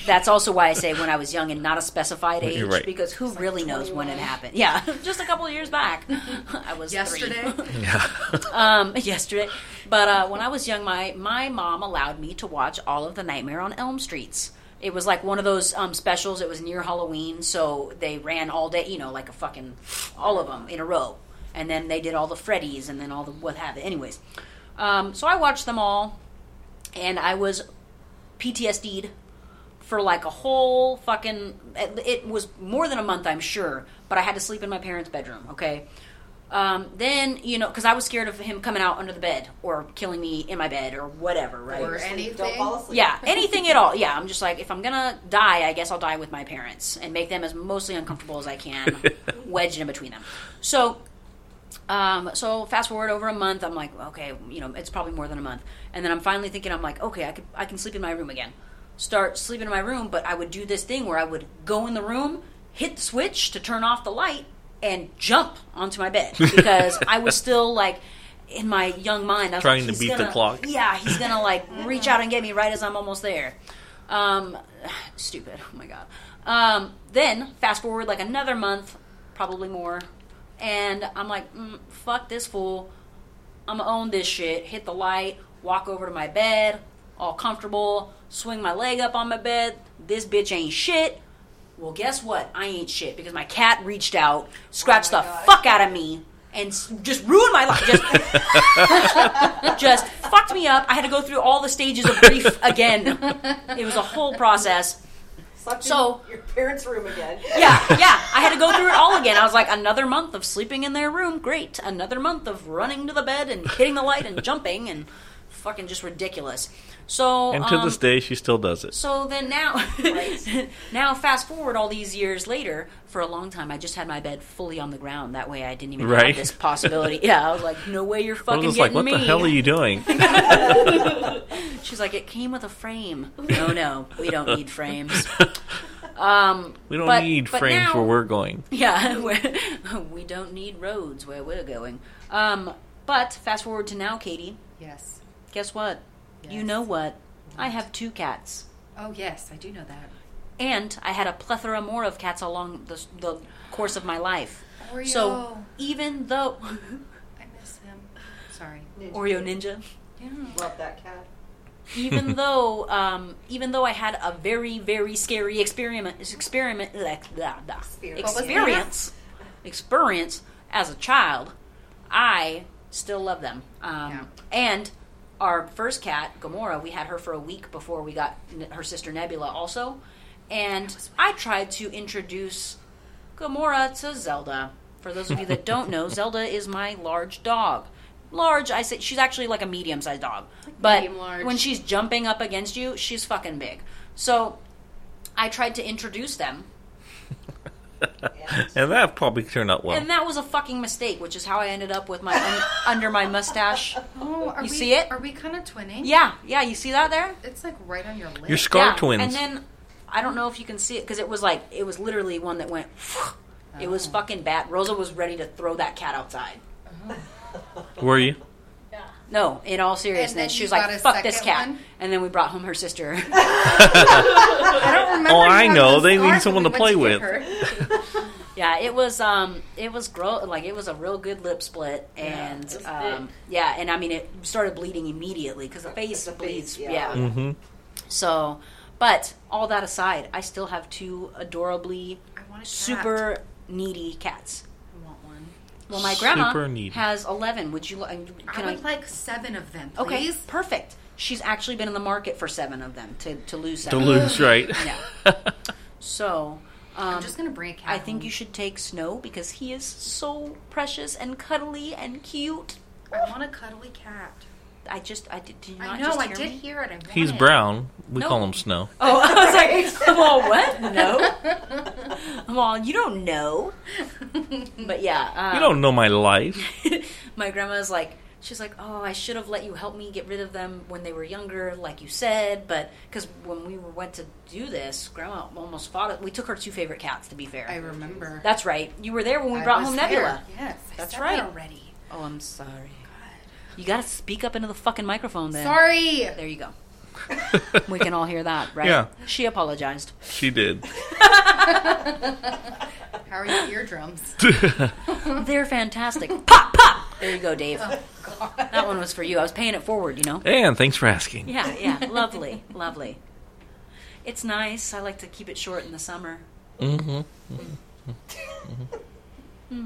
Speaker 3: That's also why I say when I was young and not a specified age,
Speaker 2: You're right.
Speaker 3: because who really knows when it happened? Yeah, [LAUGHS] just a couple of years back, [LAUGHS] I was three.
Speaker 6: Yesterday?
Speaker 3: [LAUGHS]
Speaker 2: Yeah.
Speaker 3: um, [LAUGHS] yesterday. But uh, when I was young, my my mom allowed me to watch all of the Nightmare on Elm Streets. It was like one of those um, specials. It was near Halloween, so they ran all day. You know, like a fucking all of them in a row, and then they did all the Freddy's and then all the what have you. Anyways, um, so I watched them all, and I was PTSD'd for like a whole fucking. It, it was more than a month, I'm sure, but I had to sleep in my parents' bedroom. Okay, um, then you know because i was scared of him coming out under the bed or killing me in my bed or whatever right
Speaker 6: Or
Speaker 5: Sleep, Don't fall
Speaker 6: anything?
Speaker 5: asleep.
Speaker 3: yeah anything [LAUGHS] at all yeah i'm just like if i'm gonna die i guess i'll die with my parents and make them as mostly uncomfortable as i can wedged in between them so um, so fast forward over a month i'm like okay you know it's probably more than a month and then i'm finally thinking i'm like okay i could i can sleep in my room again start sleeping in my room but i would do this thing where i would go in the room hit the switch to turn off the light and jump onto
Speaker 2: [LAUGHS]
Speaker 3: my bed because i was still like in my young mind I was
Speaker 2: Trying
Speaker 3: like,
Speaker 2: to
Speaker 3: "He's
Speaker 2: beat the
Speaker 3: gonna-
Speaker 2: clock.
Speaker 3: yeah, he's gonna like reach out and get me right as I'm almost there. Um, [SIGHS] stupid. Oh my god. Um, then fast forward like another month, probably more, and I'm like, mm, fuck this fool. I'm gonna own this shit. Hit the light. Walk over to my bed, all comfortable. Swing my leg up on my bed. This bitch ain't shit. Well, guess what? I ain't shit because my cat reached out, scratched
Speaker 6: Oh
Speaker 3: the fuck out of me, and s- just ruined my
Speaker 6: [LAUGHS]
Speaker 3: life. Just just fucked me up. I had to go through all the stages of grief again. It was a whole process.
Speaker 5: Slept
Speaker 3: So-
Speaker 5: in your parents' room again.
Speaker 3: Yeah, yeah. I had to go through it all again. I was like, another month of sleeping in their room. Great. Another month of running to the bed and hitting the light and jumping and fucking just ridiculous. So
Speaker 2: And to
Speaker 3: um,
Speaker 2: this day, she still does it.
Speaker 3: So then now, [LAUGHS] now fast forward all these years later. For a long time, I just had my bed fully on the ground. That way, I didn't even
Speaker 2: Right.
Speaker 3: have this possibility. Yeah, I was like, no way, you're
Speaker 2: I
Speaker 3: fucking
Speaker 2: was just
Speaker 3: getting
Speaker 2: like, what
Speaker 3: me.
Speaker 2: the hell are
Speaker 3: [LAUGHS]
Speaker 2: you doing?
Speaker 3: She's like, it came with a frame. No, no, we don't need frames.
Speaker 2: We don't
Speaker 3: Um, But-
Speaker 2: need
Speaker 3: but
Speaker 2: frames
Speaker 3: now-
Speaker 2: where we're going.
Speaker 3: Yeah, [LAUGHS] we're- we don't need roads where we're going. Um, but fast forward to now, Katie.
Speaker 6: Yes.
Speaker 3: Guess what? You
Speaker 6: Yes.
Speaker 3: know what? I have two cats,
Speaker 6: Oh, yes, I do know that.
Speaker 3: and I had a plethora more of cats along the, the course of my life.
Speaker 6: Oreo.
Speaker 3: So even though [LAUGHS]
Speaker 6: I miss him. Sorry.
Speaker 3: [LAUGHS] Oreo Ninja.
Speaker 5: Love that cat.
Speaker 3: even though um, even though I had a very very scary experiment experiment [LAUGHS] like, blah, blah,
Speaker 5: Experience.
Speaker 6: What was the
Speaker 3: experience experience as a child, I still love them. Um,
Speaker 6: Yeah.
Speaker 3: And our first cat, Gamora, we had her for a week before we got n- her sister Nebula also, and I tried to introduce Gamora to Zelda. For those of you that don't
Speaker 6: [LAUGHS]
Speaker 3: know, Zelda is my large dog. Large, I say she's actually like a medium-sized dog, but
Speaker 6: medium large.
Speaker 3: when she's jumping up against you, she's fucking big. So I tried to introduce them,
Speaker 2: And that probably turned out well.
Speaker 3: and that was a fucking mistake, which is how I ended up with my un- [LAUGHS] under my mustache.
Speaker 6: Oh, are
Speaker 3: You
Speaker 6: we,
Speaker 3: see it?
Speaker 6: Are we kind of twinning?
Speaker 3: Yeah, yeah, you see that there?
Speaker 6: It's like right on your lip.
Speaker 2: You're scar
Speaker 3: yeah.
Speaker 2: twins.
Speaker 3: And then I don't know if you can see it because it was like it was literally one that went. [SIGHS] It
Speaker 6: Oh.
Speaker 3: was fucking bad. Rosa was ready to throw that cat outside.
Speaker 2: Were you?
Speaker 3: No, in all
Speaker 6: And then
Speaker 3: seriousness, she
Speaker 6: you
Speaker 3: was
Speaker 6: got
Speaker 3: like,
Speaker 6: a
Speaker 3: "Fuck this
Speaker 6: second
Speaker 3: cat,"
Speaker 6: one?
Speaker 3: and then we brought home her
Speaker 6: [LAUGHS]
Speaker 3: sister.
Speaker 6: I don't remember.
Speaker 2: Oh,
Speaker 6: you
Speaker 2: I
Speaker 6: having
Speaker 2: know.
Speaker 6: a
Speaker 2: They
Speaker 6: scar
Speaker 2: need someone
Speaker 6: when
Speaker 2: to
Speaker 6: we
Speaker 2: play
Speaker 6: went
Speaker 2: with.
Speaker 6: get
Speaker 3: [LAUGHS]
Speaker 6: her.
Speaker 3: yeah, it was um, it was gross. Like it was a real good lip split, and
Speaker 5: was
Speaker 3: yeah, um,
Speaker 5: thick.
Speaker 3: yeah, and I mean it started bleeding immediately because the face
Speaker 5: The
Speaker 3: bleeds.
Speaker 5: face, yeah.
Speaker 3: yeah.
Speaker 2: hmm
Speaker 3: So, but all that aside, I still have two adorably
Speaker 6: I want a cat.
Speaker 3: super needy cats.
Speaker 6: I want one.
Speaker 3: Well, my grandma
Speaker 2: Super needy.
Speaker 3: has 11. Would you like? Can
Speaker 6: I
Speaker 3: I?
Speaker 6: would like seven of them,
Speaker 3: okay,
Speaker 6: please.
Speaker 3: perfect. She's actually been in the market for seven of them to, to lose
Speaker 2: To
Speaker 3: seven.
Speaker 2: lose,
Speaker 3: [LAUGHS]
Speaker 2: right?
Speaker 3: Yeah.
Speaker 2: [LAUGHS]
Speaker 3: so, um,
Speaker 6: I'm just gonna bring a cat.
Speaker 3: I think
Speaker 6: home.
Speaker 3: you should take Snow because he is so precious and cuddly and cute.
Speaker 6: I want a cuddly cat.
Speaker 3: I just, I did, did you
Speaker 6: I
Speaker 3: not
Speaker 6: know.
Speaker 3: just
Speaker 6: I
Speaker 3: hear
Speaker 6: did
Speaker 3: me?
Speaker 6: hear it. I want
Speaker 2: He's
Speaker 6: it.
Speaker 2: brown. We
Speaker 3: No.
Speaker 2: call him Snow.
Speaker 3: Oh, [LAUGHS] I was like, well, what? No. well, you don't know. But yeah. Um,
Speaker 2: You don't know my life.
Speaker 3: my grandma's like she's like oh i should have let you help me get rid of them when they were younger like you said but because when we were, went to do this grandma almost fought it we took her two favorite cats to be fair [LAUGHS]
Speaker 6: I remember.
Speaker 3: that's right you were there when we
Speaker 6: I
Speaker 3: brought
Speaker 6: was
Speaker 3: home
Speaker 6: there.
Speaker 3: nebula
Speaker 6: Yes, I
Speaker 3: That's
Speaker 6: said
Speaker 3: right.
Speaker 6: That already.
Speaker 3: oh i'm sorry you gotta speak up into the fucking microphone then
Speaker 6: Sorry.
Speaker 3: there you go [LAUGHS] We can all hear that, right?
Speaker 2: Yeah.
Speaker 3: She
Speaker 6: [LAUGHS]
Speaker 3: apologized.
Speaker 2: She did.
Speaker 6: How are your eardrums?
Speaker 3: They're
Speaker 6: [LAUGHS]
Speaker 3: fantastic. pop, pop. There you go, Dave.
Speaker 6: Oh,
Speaker 3: That one was for you. I was paying it forward, you know.
Speaker 2: And thanks for asking.
Speaker 3: Yeah, yeah. lovely, lovely. It's nice. I like to keep it short in the summer. Mm-hmm.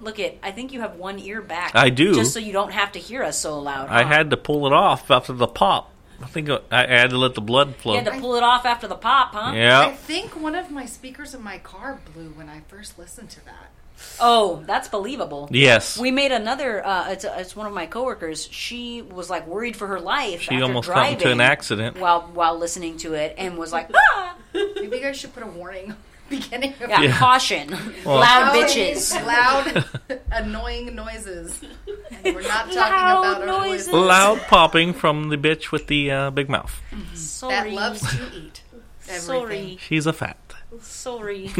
Speaker 3: Look it. I think you have one ear back.
Speaker 2: I do.
Speaker 3: Just so you don't have to hear us so loud.
Speaker 2: I
Speaker 3: huh?
Speaker 2: had to pull it off after the pop. I think I, I had to let the blood flow.
Speaker 3: You had to pull it off after the pop, huh?
Speaker 6: I
Speaker 2: yeah.
Speaker 6: think one of my speakers in my car blew when I first listened to that.
Speaker 3: Oh, that's believable.
Speaker 2: Yes.
Speaker 3: We made another. Uh, it's, it's one of my coworkers. She was like worried for her life.
Speaker 2: She
Speaker 3: after
Speaker 2: almost got
Speaker 3: driving
Speaker 2: into an accident.
Speaker 3: while while listening to it, and was like, ah,
Speaker 6: Maybe you guys should put a warning beginning. Of
Speaker 3: yeah,
Speaker 2: Yeah.
Speaker 3: caution,
Speaker 6: Oh,
Speaker 3: loud bitches.
Speaker 6: Loud,
Speaker 2: [LAUGHS]
Speaker 6: annoying noises. And
Speaker 3: [LAUGHS]
Speaker 6: we're not talking
Speaker 3: Loud
Speaker 6: about our
Speaker 3: noises.
Speaker 6: voices.
Speaker 2: Loud popping from the bitch with the uh, big mouth.
Speaker 3: Sorry,
Speaker 6: That loves to eat.
Speaker 3: sorry,
Speaker 6: Everything.
Speaker 2: She's a fat. [LAUGHS]
Speaker 3: sorry.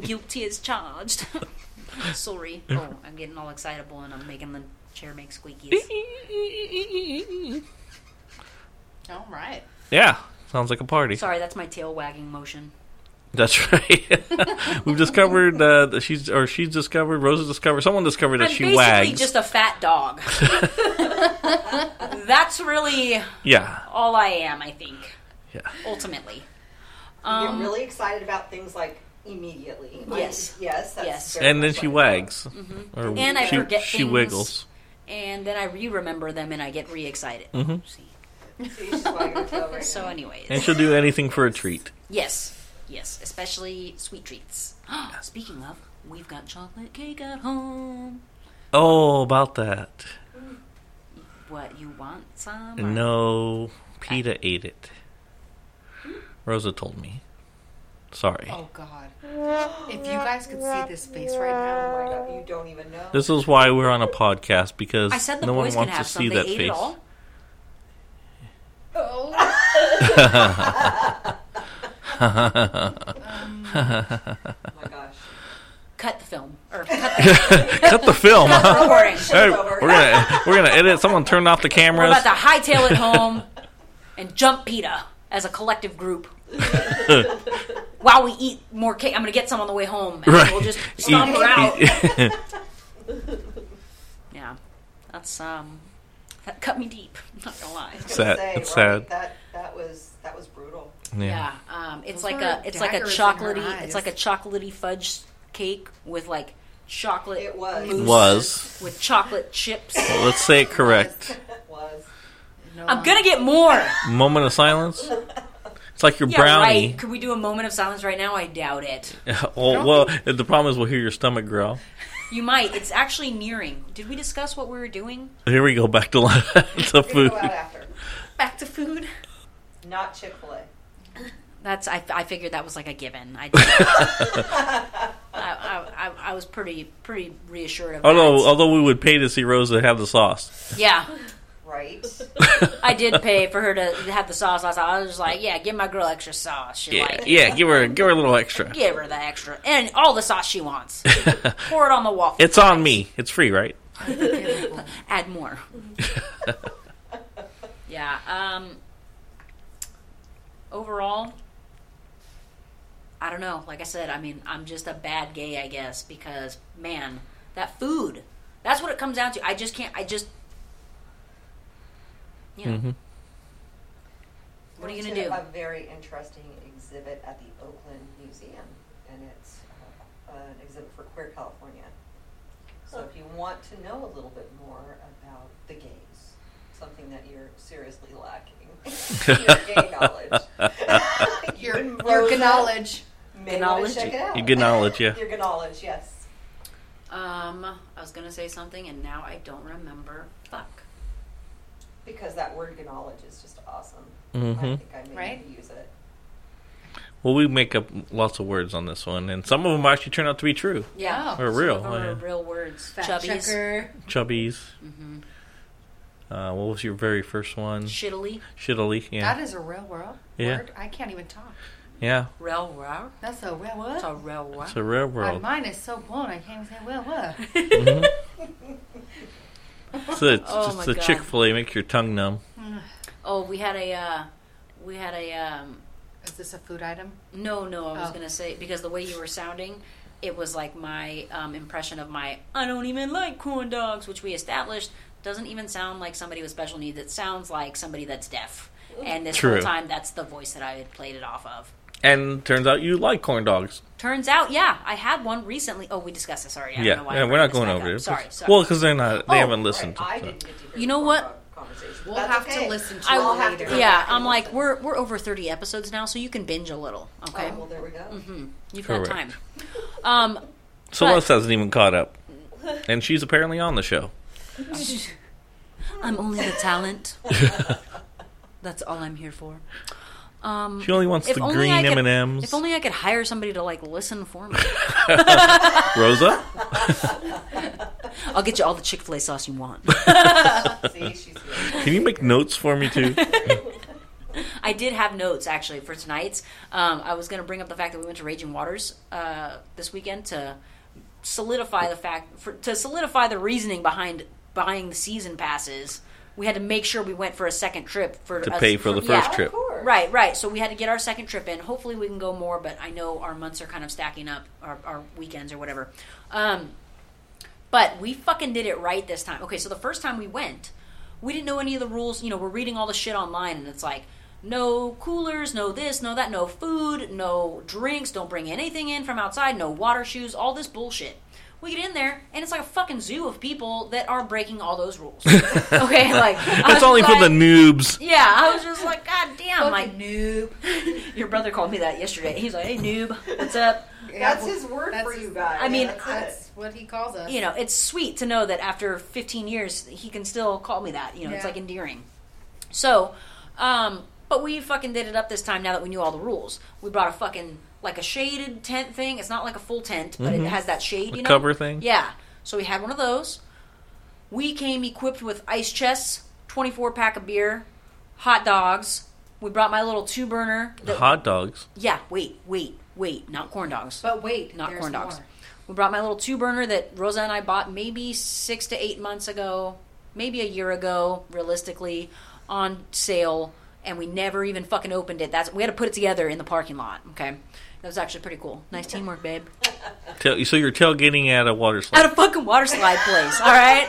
Speaker 3: Guilty as charged. [LAUGHS] sorry. Oh, I'm getting all excitable, and I'm making the chair make
Speaker 2: [LAUGHS]
Speaker 3: squeakies.
Speaker 6: All right.
Speaker 2: Yeah. Sounds like a party.
Speaker 3: Sorry, that's my tail wagging motion.
Speaker 2: That's [LAUGHS] right. We've discovered uh, that she's, or she's discovered, Rosa discovered, someone discovered that
Speaker 3: I'm
Speaker 2: she
Speaker 3: basically
Speaker 2: wags.
Speaker 3: just a
Speaker 2: [LAUGHS]
Speaker 3: fat dog. That's really
Speaker 2: yeah.
Speaker 3: all I am, I think.
Speaker 2: Yeah.
Speaker 3: Ultimately.
Speaker 5: You
Speaker 3: Um,
Speaker 5: get really excited about things like immediately. Like,
Speaker 3: Yes.
Speaker 5: yes. That's
Speaker 3: Yes.
Speaker 5: very
Speaker 2: And then
Speaker 5: much
Speaker 2: she
Speaker 5: what I thought.
Speaker 2: wags. Or
Speaker 3: Mm-hmm. And I
Speaker 2: she,
Speaker 3: forget
Speaker 2: She
Speaker 3: things.
Speaker 2: wiggles.
Speaker 3: and then I re-remember them and I get re-excited. See?
Speaker 5: See, she's wagging her tail right
Speaker 3: [LAUGHS] So
Speaker 5: now.
Speaker 3: anyways.
Speaker 2: Mm-hmm. And she'll do anything for a treat.
Speaker 3: Yes, yes, especially sweet treats. [GASPS] Speaking of, we've got chocolate cake at home.
Speaker 2: Oh, about that.
Speaker 3: What you want some? or-
Speaker 2: No, PETA ate it. Rosa told me. Sorry.
Speaker 6: Oh,
Speaker 3: [GASPS]
Speaker 6: God. If you guys could see this face right now,
Speaker 5: Oh my God, you don't even know.
Speaker 2: This is why we're on a podcast because
Speaker 3: I said the
Speaker 2: no one
Speaker 3: boys can
Speaker 2: wants to
Speaker 3: have some.
Speaker 2: see
Speaker 3: They
Speaker 2: that
Speaker 3: ate
Speaker 2: face.
Speaker 3: it all.
Speaker 5: Oh my
Speaker 2: [LAUGHS]
Speaker 5: gosh.
Speaker 3: Cut the film or cut
Speaker 2: [LAUGHS] Cut the film.
Speaker 3: the [LAUGHS]
Speaker 2: huh?
Speaker 3: recording.
Speaker 2: Hey,
Speaker 5: over.
Speaker 2: we're gonna we're gonna edit. Someone turn off the
Speaker 3: We're
Speaker 2: cameras.
Speaker 3: about to hightail it home and jump PETA as a collective group. While we eat more cake, I'm gonna get some on the way home, and
Speaker 2: Right.
Speaker 3: we'll just
Speaker 2: Eat-
Speaker 3: stomp her out.
Speaker 2: eat-
Speaker 3: Yeah, that's um, that cut me deep. Not gonna lie.
Speaker 5: I was gonna
Speaker 2: Sad.
Speaker 5: say,
Speaker 2: It's
Speaker 5: right,
Speaker 2: sad.
Speaker 5: That that was that was brutal.
Speaker 2: yeah.
Speaker 3: Yeah, um, it's
Speaker 6: Those
Speaker 3: like
Speaker 6: were
Speaker 3: a it's like a
Speaker 6: daggers in her
Speaker 3: chocolatey it's
Speaker 6: eyes.
Speaker 3: like a chocolatey fudge cake with like chocolate
Speaker 5: It was.
Speaker 3: mousse
Speaker 2: Was.
Speaker 3: with chocolate chips.
Speaker 2: Well, let's say it correct.
Speaker 5: It was.
Speaker 6: no
Speaker 3: I'm gonna get more.
Speaker 2: Moment of silence. It's like your
Speaker 3: Yeah,
Speaker 2: brownie.
Speaker 3: right. Could we do a moment of silence right now? I doubt it.
Speaker 2: [LAUGHS] oh well, the problem is we'll hear your stomach growl.
Speaker 3: You might. It's actually nearing. Did we discuss what we were doing?
Speaker 2: Here we go back to [LAUGHS] the
Speaker 5: We're
Speaker 2: food.
Speaker 5: gonna go out after.
Speaker 3: Back to food.
Speaker 5: Not Chick Fil A.
Speaker 3: That's I, I figured that was like a given. I, I, I, I- I was pretty pretty reassured of
Speaker 2: Although,
Speaker 3: that.
Speaker 2: although we would pay to see Rosa have the sauce. [LAUGHS]
Speaker 3: Yeah,
Speaker 5: Right.
Speaker 3: [LAUGHS] I did pay for her to have the sauce. I was, I was just like, yeah, give my girl extra sauce. She
Speaker 2: Yeah,
Speaker 3: like it.
Speaker 2: yeah. Give her, give her a little extra.
Speaker 3: Give her the extra and all the sauce she wants.
Speaker 2: [LAUGHS]
Speaker 3: Pour it on the waffle.
Speaker 2: It's on me. It's free, right?
Speaker 3: Add more. yeah. Um. Overall, I don't know. Like I said, I mean, I'm just a bad gay, I guess, because man, that food. That's what it comes down to. I just can't. I just. You know.
Speaker 2: Mm-hmm.
Speaker 3: What are you gonna
Speaker 5: Went
Speaker 3: do?
Speaker 5: A very interesting exhibit at the Oakland Museum, and it's uh, an exhibit for Queer California. So if you want to know a little bit more about the gays, something that you're seriously lacking, [LAUGHS] your gay
Speaker 6: [LAUGHS]
Speaker 5: knowledge,
Speaker 6: Your, your
Speaker 5: Rosa
Speaker 6: knowledge.
Speaker 5: may want
Speaker 3: Ganology.
Speaker 5: to check it out.
Speaker 2: You get knowledge, yeah.
Speaker 5: Your knowledge, yes.
Speaker 3: Um, I was gonna say something, and now I don't remember. Fuck.
Speaker 5: Because that word "ganology" is just awesome.
Speaker 2: Mhm.
Speaker 5: I think I may
Speaker 6: Right?
Speaker 5: need to use it.
Speaker 2: Well, we make up lots of words on this one, and some of them actually turn out to be true
Speaker 3: Yeah.
Speaker 6: Yeah.
Speaker 2: or real. Oh,
Speaker 3: Some of them are
Speaker 2: Yeah.
Speaker 3: real words.
Speaker 6: Fact
Speaker 3: Chubbies.
Speaker 6: checker.
Speaker 2: Chubbies.
Speaker 3: Mm-hmm.
Speaker 2: Uh, what was your very first one?
Speaker 3: Shittily.
Speaker 2: Shittily. Yeah.
Speaker 6: That is a real world
Speaker 2: Yeah.
Speaker 6: word. I can't even talk.
Speaker 2: Yeah.
Speaker 3: Real world.
Speaker 6: That's a real word.
Speaker 3: It's a real world.
Speaker 2: It's a rare
Speaker 6: My
Speaker 2: world.
Speaker 6: mind is so blown I can't even say real word.
Speaker 2: It's, a, it's
Speaker 3: Oh
Speaker 2: just
Speaker 3: my
Speaker 2: the
Speaker 3: Oh God. [LAUGHS]
Speaker 2: Chick Fil A makes your tongue numb.
Speaker 3: Oh, we had a uh, we had a um,
Speaker 6: Is this a food item?
Speaker 3: no, no. I was
Speaker 6: Oh.
Speaker 3: gonna say because the way you were sounding, it was like my um, impression of my I don't even like corn dogs, which we established doesn't even sound like somebody with special needs. It sounds like somebody that's deaf. And this
Speaker 2: True.
Speaker 3: whole time, that's the voice that I had played it off of.
Speaker 2: And turns out you like corn dogs.
Speaker 3: Turns out, yeah, I had one recently. Oh, we discussed this. Sorry, I
Speaker 2: yeah,
Speaker 3: don't know why I
Speaker 2: yeah, we're
Speaker 3: brought
Speaker 2: not
Speaker 3: this
Speaker 2: going
Speaker 3: back
Speaker 2: over
Speaker 3: up.
Speaker 2: it.
Speaker 3: Sorry, sorry.
Speaker 2: Well, because they're not. They
Speaker 3: Oh,
Speaker 2: haven't listened.
Speaker 5: I
Speaker 2: so.
Speaker 5: didn't get to hear
Speaker 3: You
Speaker 5: the
Speaker 3: know
Speaker 5: Corn
Speaker 3: what?
Speaker 5: Dog Conversation.
Speaker 6: We'll
Speaker 5: That's
Speaker 6: have to
Speaker 5: okay.
Speaker 6: listen to
Speaker 5: I
Speaker 6: it
Speaker 5: will have
Speaker 6: later.
Speaker 5: to. go
Speaker 3: yeah,
Speaker 5: back and
Speaker 3: I'm like
Speaker 5: listen.
Speaker 3: we're we're over 30 episodes now, so you can binge a little. Okay,
Speaker 5: Oh, well, there we go.
Speaker 3: you've
Speaker 2: Correct.
Speaker 3: got time. Um,
Speaker 2: Celeste hasn't even caught up, and she's apparently on the show.
Speaker 3: I'm only the talent. [LAUGHS] That's all I'm here for. Um,
Speaker 2: She only wants
Speaker 3: if
Speaker 2: the
Speaker 3: only
Speaker 2: green
Speaker 3: I could-
Speaker 2: M and M's.
Speaker 3: If only I could hire somebody to like listen for me.
Speaker 2: Rosa,
Speaker 3: I'll get you all the Chick Fil A sauce you want.
Speaker 5: See, she's good.
Speaker 2: can you make notes for me too?
Speaker 3: [LAUGHS] I did have notes actually for tonight's. Um, I was going to bring up the fact that we went to Raging Waters uh, this weekend to solidify the fact for, to solidify the reasoning behind buying the season passes. We had to make sure we went for a second trip for
Speaker 2: To
Speaker 3: us-
Speaker 2: pay for the
Speaker 3: yeah.
Speaker 2: first trip.
Speaker 5: Of course.
Speaker 3: Right, right. So we had to get our second trip in. Hopefully, we can go more, but I know our months are kind of stacking up, our, our weekends or whatever. Um, but we fucking did it right this time. Okay, so the first time we went, we didn't know any of the rules. You know, we're reading all the shit online, and it's like, no coolers, no this, no that, no food, no drinks, don't bring anything in from outside, no water shoes, all this bullshit. We get in there, and it's like a fucking zoo of people that are breaking all those rules. [LAUGHS] okay, like
Speaker 2: That's only for the
Speaker 3: new.
Speaker 2: noobs.
Speaker 3: Yeah, I was just like, God damn, like
Speaker 6: Fucking
Speaker 3: noob. [LAUGHS] Your brother called me that yesterday. He's like, Hey noob, what's up?
Speaker 5: That's his word
Speaker 6: That's
Speaker 5: for
Speaker 6: his-
Speaker 5: you guys.
Speaker 3: I mean,
Speaker 5: that's
Speaker 6: That's what he calls us.
Speaker 3: You know, it's sweet to know that after 15 years he can still call me that. You know, it's
Speaker 6: Yeah.
Speaker 3: like endearing. So, um, but we fucking did it up this time. Now that we knew all the rules, we brought a fucking like a shaded tent thing. It's not like a full tent, but it has that shade.
Speaker 2: The
Speaker 3: you know,
Speaker 2: cover thing?
Speaker 3: Yeah. So we had one of those. We came equipped with ice chests, 24 pack of beer, hot dogs. We brought my little two burner. that-
Speaker 2: Hot dogs.
Speaker 3: Yeah, wait, wait, wait. Not corn dogs.
Speaker 6: But wait,
Speaker 3: not
Speaker 6: there's
Speaker 3: corn dogs.
Speaker 6: more.
Speaker 3: We brought my little two burner that Rosa and I bought maybe six to eight months ago, maybe a year ago, realistically, on sale, and we never even fucking opened it. That's we had to put it together in the parking lot. Okay, that was actually pretty cool. Nice teamwork, babe.
Speaker 2: Tail- So you're tailgating at a water slide.
Speaker 3: At a fucking water slide place. All right.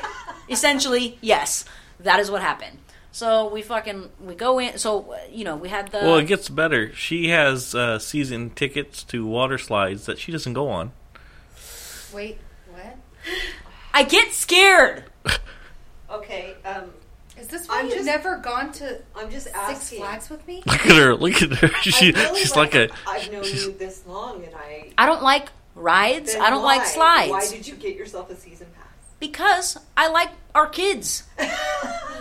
Speaker 3: Essentially, yes, that is what happened. So we fucking we go in. So uh, you know we had the
Speaker 2: Well, it gets better. She has uh, season tickets to water slides that she doesn't go on. [LAUGHS]
Speaker 6: Wait, what?
Speaker 3: I get scared.
Speaker 5: Okay, um,
Speaker 6: Is this why
Speaker 5: I'm
Speaker 6: you've
Speaker 5: just-
Speaker 6: never gone to
Speaker 5: I'm just
Speaker 6: Six
Speaker 5: asking.
Speaker 6: Flags with
Speaker 3: [LAUGHS]
Speaker 6: me?
Speaker 2: Look at her! Look at her! [LAUGHS] She,
Speaker 5: I really
Speaker 2: she's like, a.
Speaker 5: I've known
Speaker 2: she's- [LAUGHS]
Speaker 5: you this long, and I.
Speaker 3: I don't like rides.
Speaker 5: then
Speaker 3: I don't
Speaker 5: why?
Speaker 3: like slides.
Speaker 5: Why did you get yourself a season pass?
Speaker 3: Because I like our
Speaker 5: [LAUGHS]
Speaker 3: kids.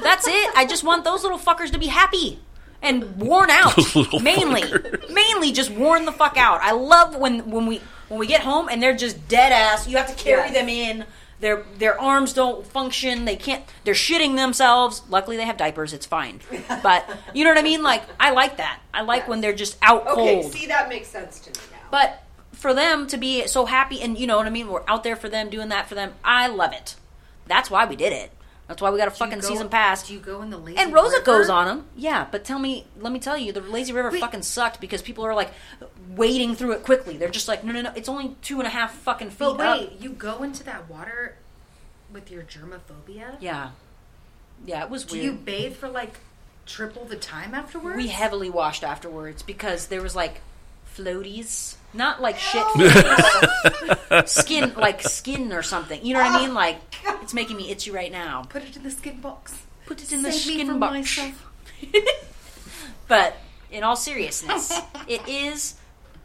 Speaker 3: That's it. I just want those little fuckers to be happy and worn out.
Speaker 2: [LAUGHS] Those little
Speaker 3: mainly,
Speaker 2: fuckers.
Speaker 3: mainly just worn the fuck out. I love when when we when we get home and they're just dead ass. You have to carry
Speaker 5: Yes.
Speaker 3: them in. Their their arms don't function. They can't. They're shitting themselves. Luckily, they have diapers. It's
Speaker 5: [LAUGHS]
Speaker 3: fine. But you know what I mean. Like I like that. I like when they're just out
Speaker 5: Okay,
Speaker 3: cold.
Speaker 5: see, that makes sense to me now.
Speaker 3: But for them to be so happy and you know what I mean, we're out there for them, doing that for them. I love it. That's why we did it. That's why we got a fucking
Speaker 6: go-
Speaker 3: season pass.
Speaker 6: Do you go in the lazy
Speaker 3: and Rosa
Speaker 6: river?
Speaker 3: goes on them. Yeah, but tell me, let me tell you, the lazy river fucking sucked because people are like wading through it quickly. They're just like, no, no, no, it's only two and a half fucking feet.
Speaker 6: But
Speaker 3: up."
Speaker 6: wait, you go into that water with your germophobia?
Speaker 3: Yeah. Yeah, it was
Speaker 6: Do
Speaker 3: weird.
Speaker 6: you bathe for like triple the time afterwards?
Speaker 3: We heavily washed afterwards because there was like floaties, not like shit, floaties. [LAUGHS] skin like skin or something. You know what I mean? Like it's making me itchy right now.
Speaker 6: put it in the skin box.
Speaker 3: Put it in the
Speaker 6: Save me
Speaker 3: skin
Speaker 6: from
Speaker 3: box.
Speaker 6: myself.
Speaker 3: but in all
Speaker 6: [LAUGHS]
Speaker 3: seriousness, it is,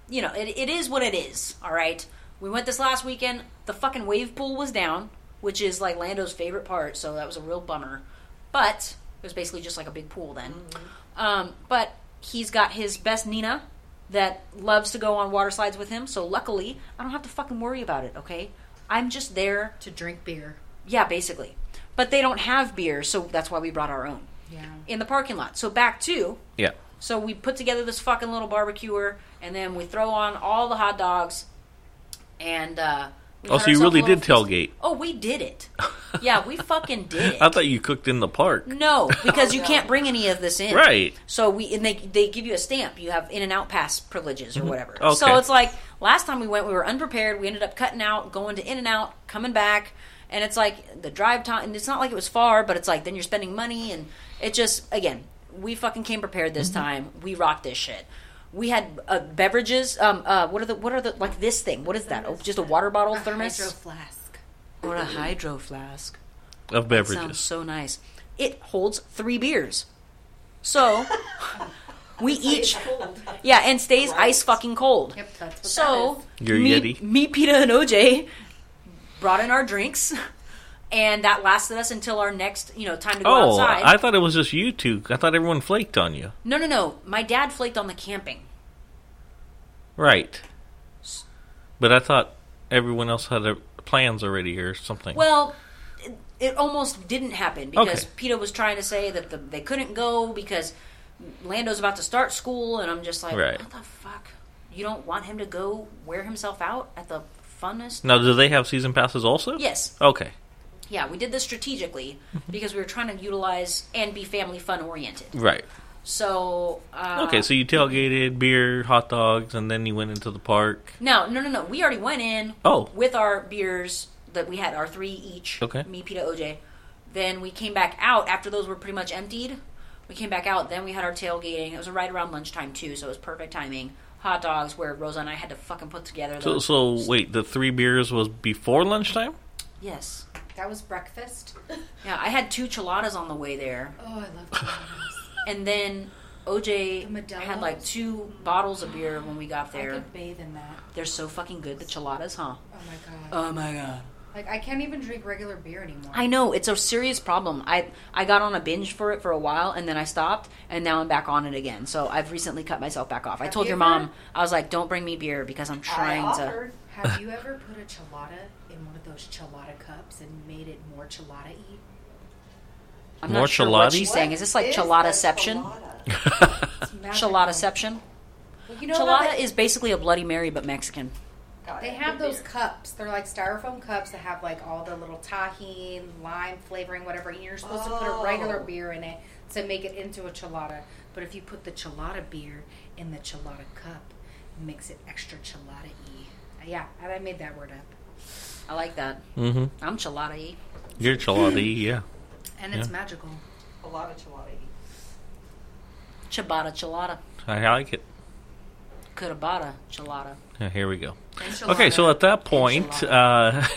Speaker 3: you know, it, it is what it is. All right. We went this last weekend. The fucking wave pool was down, which is like Lando's favorite part. So that was a real bummer. But it was basically just like a big pool then.
Speaker 6: Mm-hmm.
Speaker 3: Um, but he's got his best Nina that loves to go on water slides with him. So luckily, I don't have to fucking worry about it. Okay. I'm just there.
Speaker 6: To drink beer.
Speaker 3: Yeah, basically. But they don't have beer, so that's why we brought our own
Speaker 6: Yeah.
Speaker 3: in the parking lot. So back to
Speaker 2: yeah.
Speaker 3: so we put together this fucking little barbecuer, and then we throw on all the hot dogs, and uh, we
Speaker 2: Oh,
Speaker 3: had
Speaker 2: so you
Speaker 3: ourselves a
Speaker 2: Oh, really
Speaker 3: little
Speaker 2: did
Speaker 3: feast.
Speaker 2: tailgate. [LAUGHS]
Speaker 3: Oh, we did it. Yeah, we fucking did. It.
Speaker 2: I thought you cooked in the park.
Speaker 3: no, because you can't bring any of this in.
Speaker 2: Right.
Speaker 3: So we and they they give you a stamp. You have in and out pass privileges or whatever.
Speaker 2: Okay.
Speaker 3: So it's like last time we went, we were unprepared. We ended up cutting out, going to in and out, coming back, and it's like the drive time. And it's not like it was far, but it's like then you're spending money, and it just again we fucking came prepared this time. We rocked this shit. We had uh, beverages. Um, uh, what are the what are the like this thing? What is that? Oh, just a water bottle thermos
Speaker 6: Hydro flask.
Speaker 3: or a hydro flask.
Speaker 2: Of
Speaker 3: Sounds
Speaker 2: beverages.
Speaker 3: so nice. It holds three beers.
Speaker 6: [LAUGHS]
Speaker 3: So we each Yeah, and stays ice fucking cold.
Speaker 6: Yep, that's what
Speaker 3: So
Speaker 2: Your
Speaker 3: me,
Speaker 2: Yeti.
Speaker 3: me, Peta, and OJ brought in our drinks and that lasted us until our next, you know, time to go
Speaker 2: oh,
Speaker 3: outside.
Speaker 2: I thought it was just you two. I thought everyone flaked on you.
Speaker 3: no no no. My dad flaked on the camping.
Speaker 2: Right. But I thought everyone else had uh plans already or something.
Speaker 3: Well, it, it almost didn't happen because
Speaker 2: Okay.
Speaker 3: PETA was trying to say that the, they couldn't go because Lando's about to start school, and I'm just like,
Speaker 2: Right.
Speaker 3: what the fuck? You don't want him to go wear himself out at the funnest?
Speaker 2: now, do they have season passes also?
Speaker 3: Yes.
Speaker 2: Okay.
Speaker 3: Yeah, we did this strategically
Speaker 2: Mm-hmm.
Speaker 3: because we were trying to utilize and be family fun oriented.
Speaker 2: Right.
Speaker 3: So, uh,
Speaker 2: Okay,
Speaker 6: Um,
Speaker 2: so you tailgated, beer, hot dogs, and then you went into the park.
Speaker 3: No, no, no, no. We already went in.
Speaker 2: Oh.
Speaker 3: With our beers that we had, our three each.
Speaker 2: Okay.
Speaker 3: Me, Peta, OJ. Then we came back out after those were pretty much emptied. We came back out. Then we had our tailgating. It was right around lunchtime too, so it was perfect timing. Hot dogs, where Rosa and I had to fucking put together.
Speaker 2: So,
Speaker 3: those-
Speaker 2: so wait, the three beers was before
Speaker 6: [LAUGHS]
Speaker 2: lunchtime?
Speaker 3: yes,
Speaker 6: That was breakfast.
Speaker 3: yeah. I had two chiladas on the way there,
Speaker 6: Oh, I love chiladas. [LAUGHS]
Speaker 3: and then OJ
Speaker 6: The Modelo's?
Speaker 3: had like two bottles of beer when we got
Speaker 6: I
Speaker 3: there.
Speaker 6: could bathe in that.
Speaker 3: They're so fucking good, the chiladas, huh?
Speaker 6: Oh my god.
Speaker 3: Oh my god.
Speaker 6: Like I can't even drink regular beer anymore.
Speaker 3: I know it's a serious problem. I I got on a binge for it for a while, and then I stopped, and now I'm back on it again. So I've recently cut myself back off. I
Speaker 6: Have
Speaker 3: told
Speaker 6: you
Speaker 3: your
Speaker 6: ever-
Speaker 3: mom I was like, "Don't bring me beer because I'm
Speaker 5: I
Speaker 3: trying to."
Speaker 5: offered.
Speaker 6: Have you ever put a chilada in one of those chilada cups and made it more chilada-y?
Speaker 3: I'm
Speaker 2: More
Speaker 3: not sure what
Speaker 2: chilada?
Speaker 3: she's saying. Is this like
Speaker 5: What
Speaker 3: chiladaception? [LAUGHS]
Speaker 5: that chilada?
Speaker 6: It's magical.
Speaker 3: Chiladaception.
Speaker 6: Well, you know how
Speaker 3: Chilada
Speaker 6: they-
Speaker 3: is basically a Bloody Mary but Mexican.
Speaker 5: Got
Speaker 6: They
Speaker 5: it.
Speaker 6: have
Speaker 5: Good
Speaker 6: those
Speaker 5: beer.
Speaker 6: cups. They're like styrofoam cups that have like all the little tahine, lime flavoring, whatever. And you're supposed to put a regular
Speaker 5: Oh.
Speaker 6: beer in it to make it into a chilada. But if you put the chilada beer in the chilada cup, it makes it extra chilada y. Yeah, and I made that word up.
Speaker 3: I like that.
Speaker 2: Mm-hmm.
Speaker 3: I'm chilada.
Speaker 2: Your chalada, yeah.
Speaker 6: And it's
Speaker 2: Yeah.
Speaker 6: magical.
Speaker 5: A lot of chilada.
Speaker 3: Chibata chilada.
Speaker 2: I like it.
Speaker 3: Kutabata chilada.
Speaker 2: Yeah, here we go.
Speaker 6: Enchilada.
Speaker 2: Okay, so at that point, uh, [LAUGHS]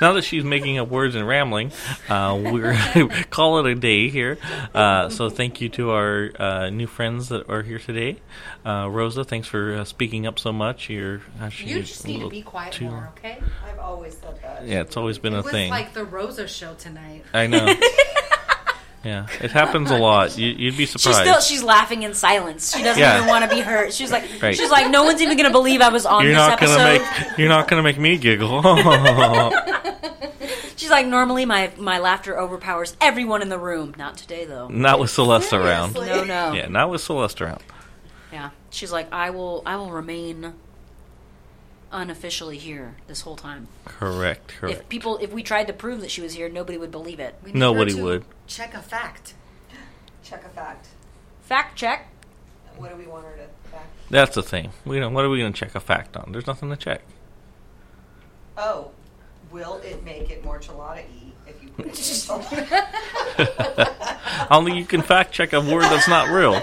Speaker 2: now that she's making up words and rambling, uh, we're [LAUGHS] call it a day here. Uh, so thank you to our uh, new friends that are here today. Uh, Rosa, thanks for uh, speaking up so much. You're actually
Speaker 6: you just
Speaker 2: a
Speaker 6: need to
Speaker 2: little
Speaker 6: be quiet
Speaker 2: too-
Speaker 6: more, okay?
Speaker 5: I've always said that.
Speaker 2: Yeah, it's always been a
Speaker 6: It was
Speaker 2: thing.
Speaker 6: like the Rosa show tonight.
Speaker 2: I
Speaker 3: [LAUGHS]
Speaker 2: know. yeah, it happens a lot. You, you'd be
Speaker 3: She's
Speaker 2: surprised.
Speaker 3: still she's laughing in silence. She doesn't
Speaker 2: Yeah.
Speaker 3: even want to be hurt. She's like
Speaker 2: Right.
Speaker 3: she's like no one's even gonna believe I was on
Speaker 2: you're
Speaker 3: this
Speaker 2: not
Speaker 3: episode.
Speaker 2: gonna make you're not gonna make me giggle.
Speaker 3: [LAUGHS]
Speaker 2: no,
Speaker 3: She's like, normally my my laughter overpowers everyone in the room. Not today, though.
Speaker 2: not with Celeste around.
Speaker 3: No, no.
Speaker 2: Yeah,
Speaker 3: Yeah.
Speaker 2: not with Celeste around.
Speaker 3: She's like, I will I will remain unofficially here this whole time.
Speaker 2: Correct, correct.
Speaker 3: If people, if we tried to prove that she was here, nobody would believe it.
Speaker 6: We need
Speaker 2: Nobody
Speaker 6: her to
Speaker 2: would.
Speaker 6: Check a fact.
Speaker 5: Check a fact.
Speaker 3: Fact check.
Speaker 5: What do we want her to fact?
Speaker 2: That's the thing. We don't. What are we gonna check a fact on? There's nothing to check. [LAUGHS]
Speaker 5: Oh, will it make it more chilada y if you
Speaker 3: [LAUGHS]
Speaker 5: put it in salt?
Speaker 2: Only you can fact check a word that's not real.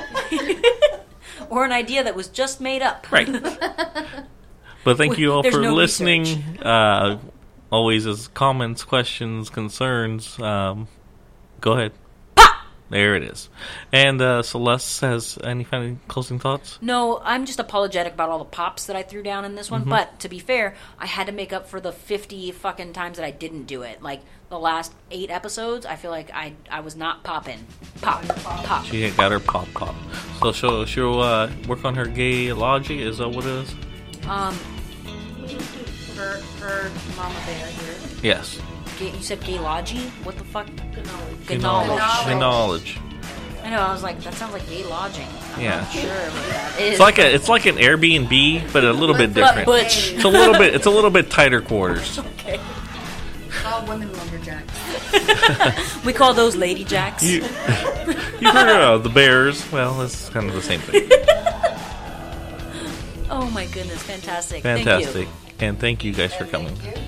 Speaker 3: Or an idea that was just made up.
Speaker 2: Right. But thank you all
Speaker 3: There's
Speaker 2: for
Speaker 3: no
Speaker 2: listening. Uh, always as comments, questions, concerns. Um, go ahead. There it is. And uh, Celeste has any final closing thoughts?
Speaker 3: [LAUGHS] No, I'm just apologetic about all the pops that I threw down in this one.
Speaker 2: Mm-hmm.
Speaker 3: But to be fair, I had to make up for the 50 fucking times that I didn't do it. Like the last eight episodes, I feel like I I was not popping. Pop, pop.
Speaker 2: She had got her pop pop. So she'll she'll uh, work on her gay logic. Is that what it is?
Speaker 3: Um,
Speaker 6: Her, her mama bear here.
Speaker 2: Yes.
Speaker 3: Ga you said gaylogy? What the fuck?
Speaker 2: Knowledge.
Speaker 3: Good knowledge.
Speaker 2: The knowledge.
Speaker 3: I know. I was like, that sounds like gay lodging. I'm
Speaker 2: Yeah.
Speaker 3: not sure what that is.
Speaker 2: It's like a it's like an Airbnb, but a little bit
Speaker 3: but
Speaker 2: different.
Speaker 3: butch. [LAUGHS]
Speaker 2: It's a little bit it's a little bit tighter quarters.
Speaker 6: All women lumberjacks.
Speaker 3: We call those lady jacks.
Speaker 2: You, you've heard of the Bears. Well, it's kind of the same thing.
Speaker 3: Oh my goodness, fantastic. Thank you.
Speaker 2: Fantastic. And thank you guys for coming.
Speaker 5: Thank you.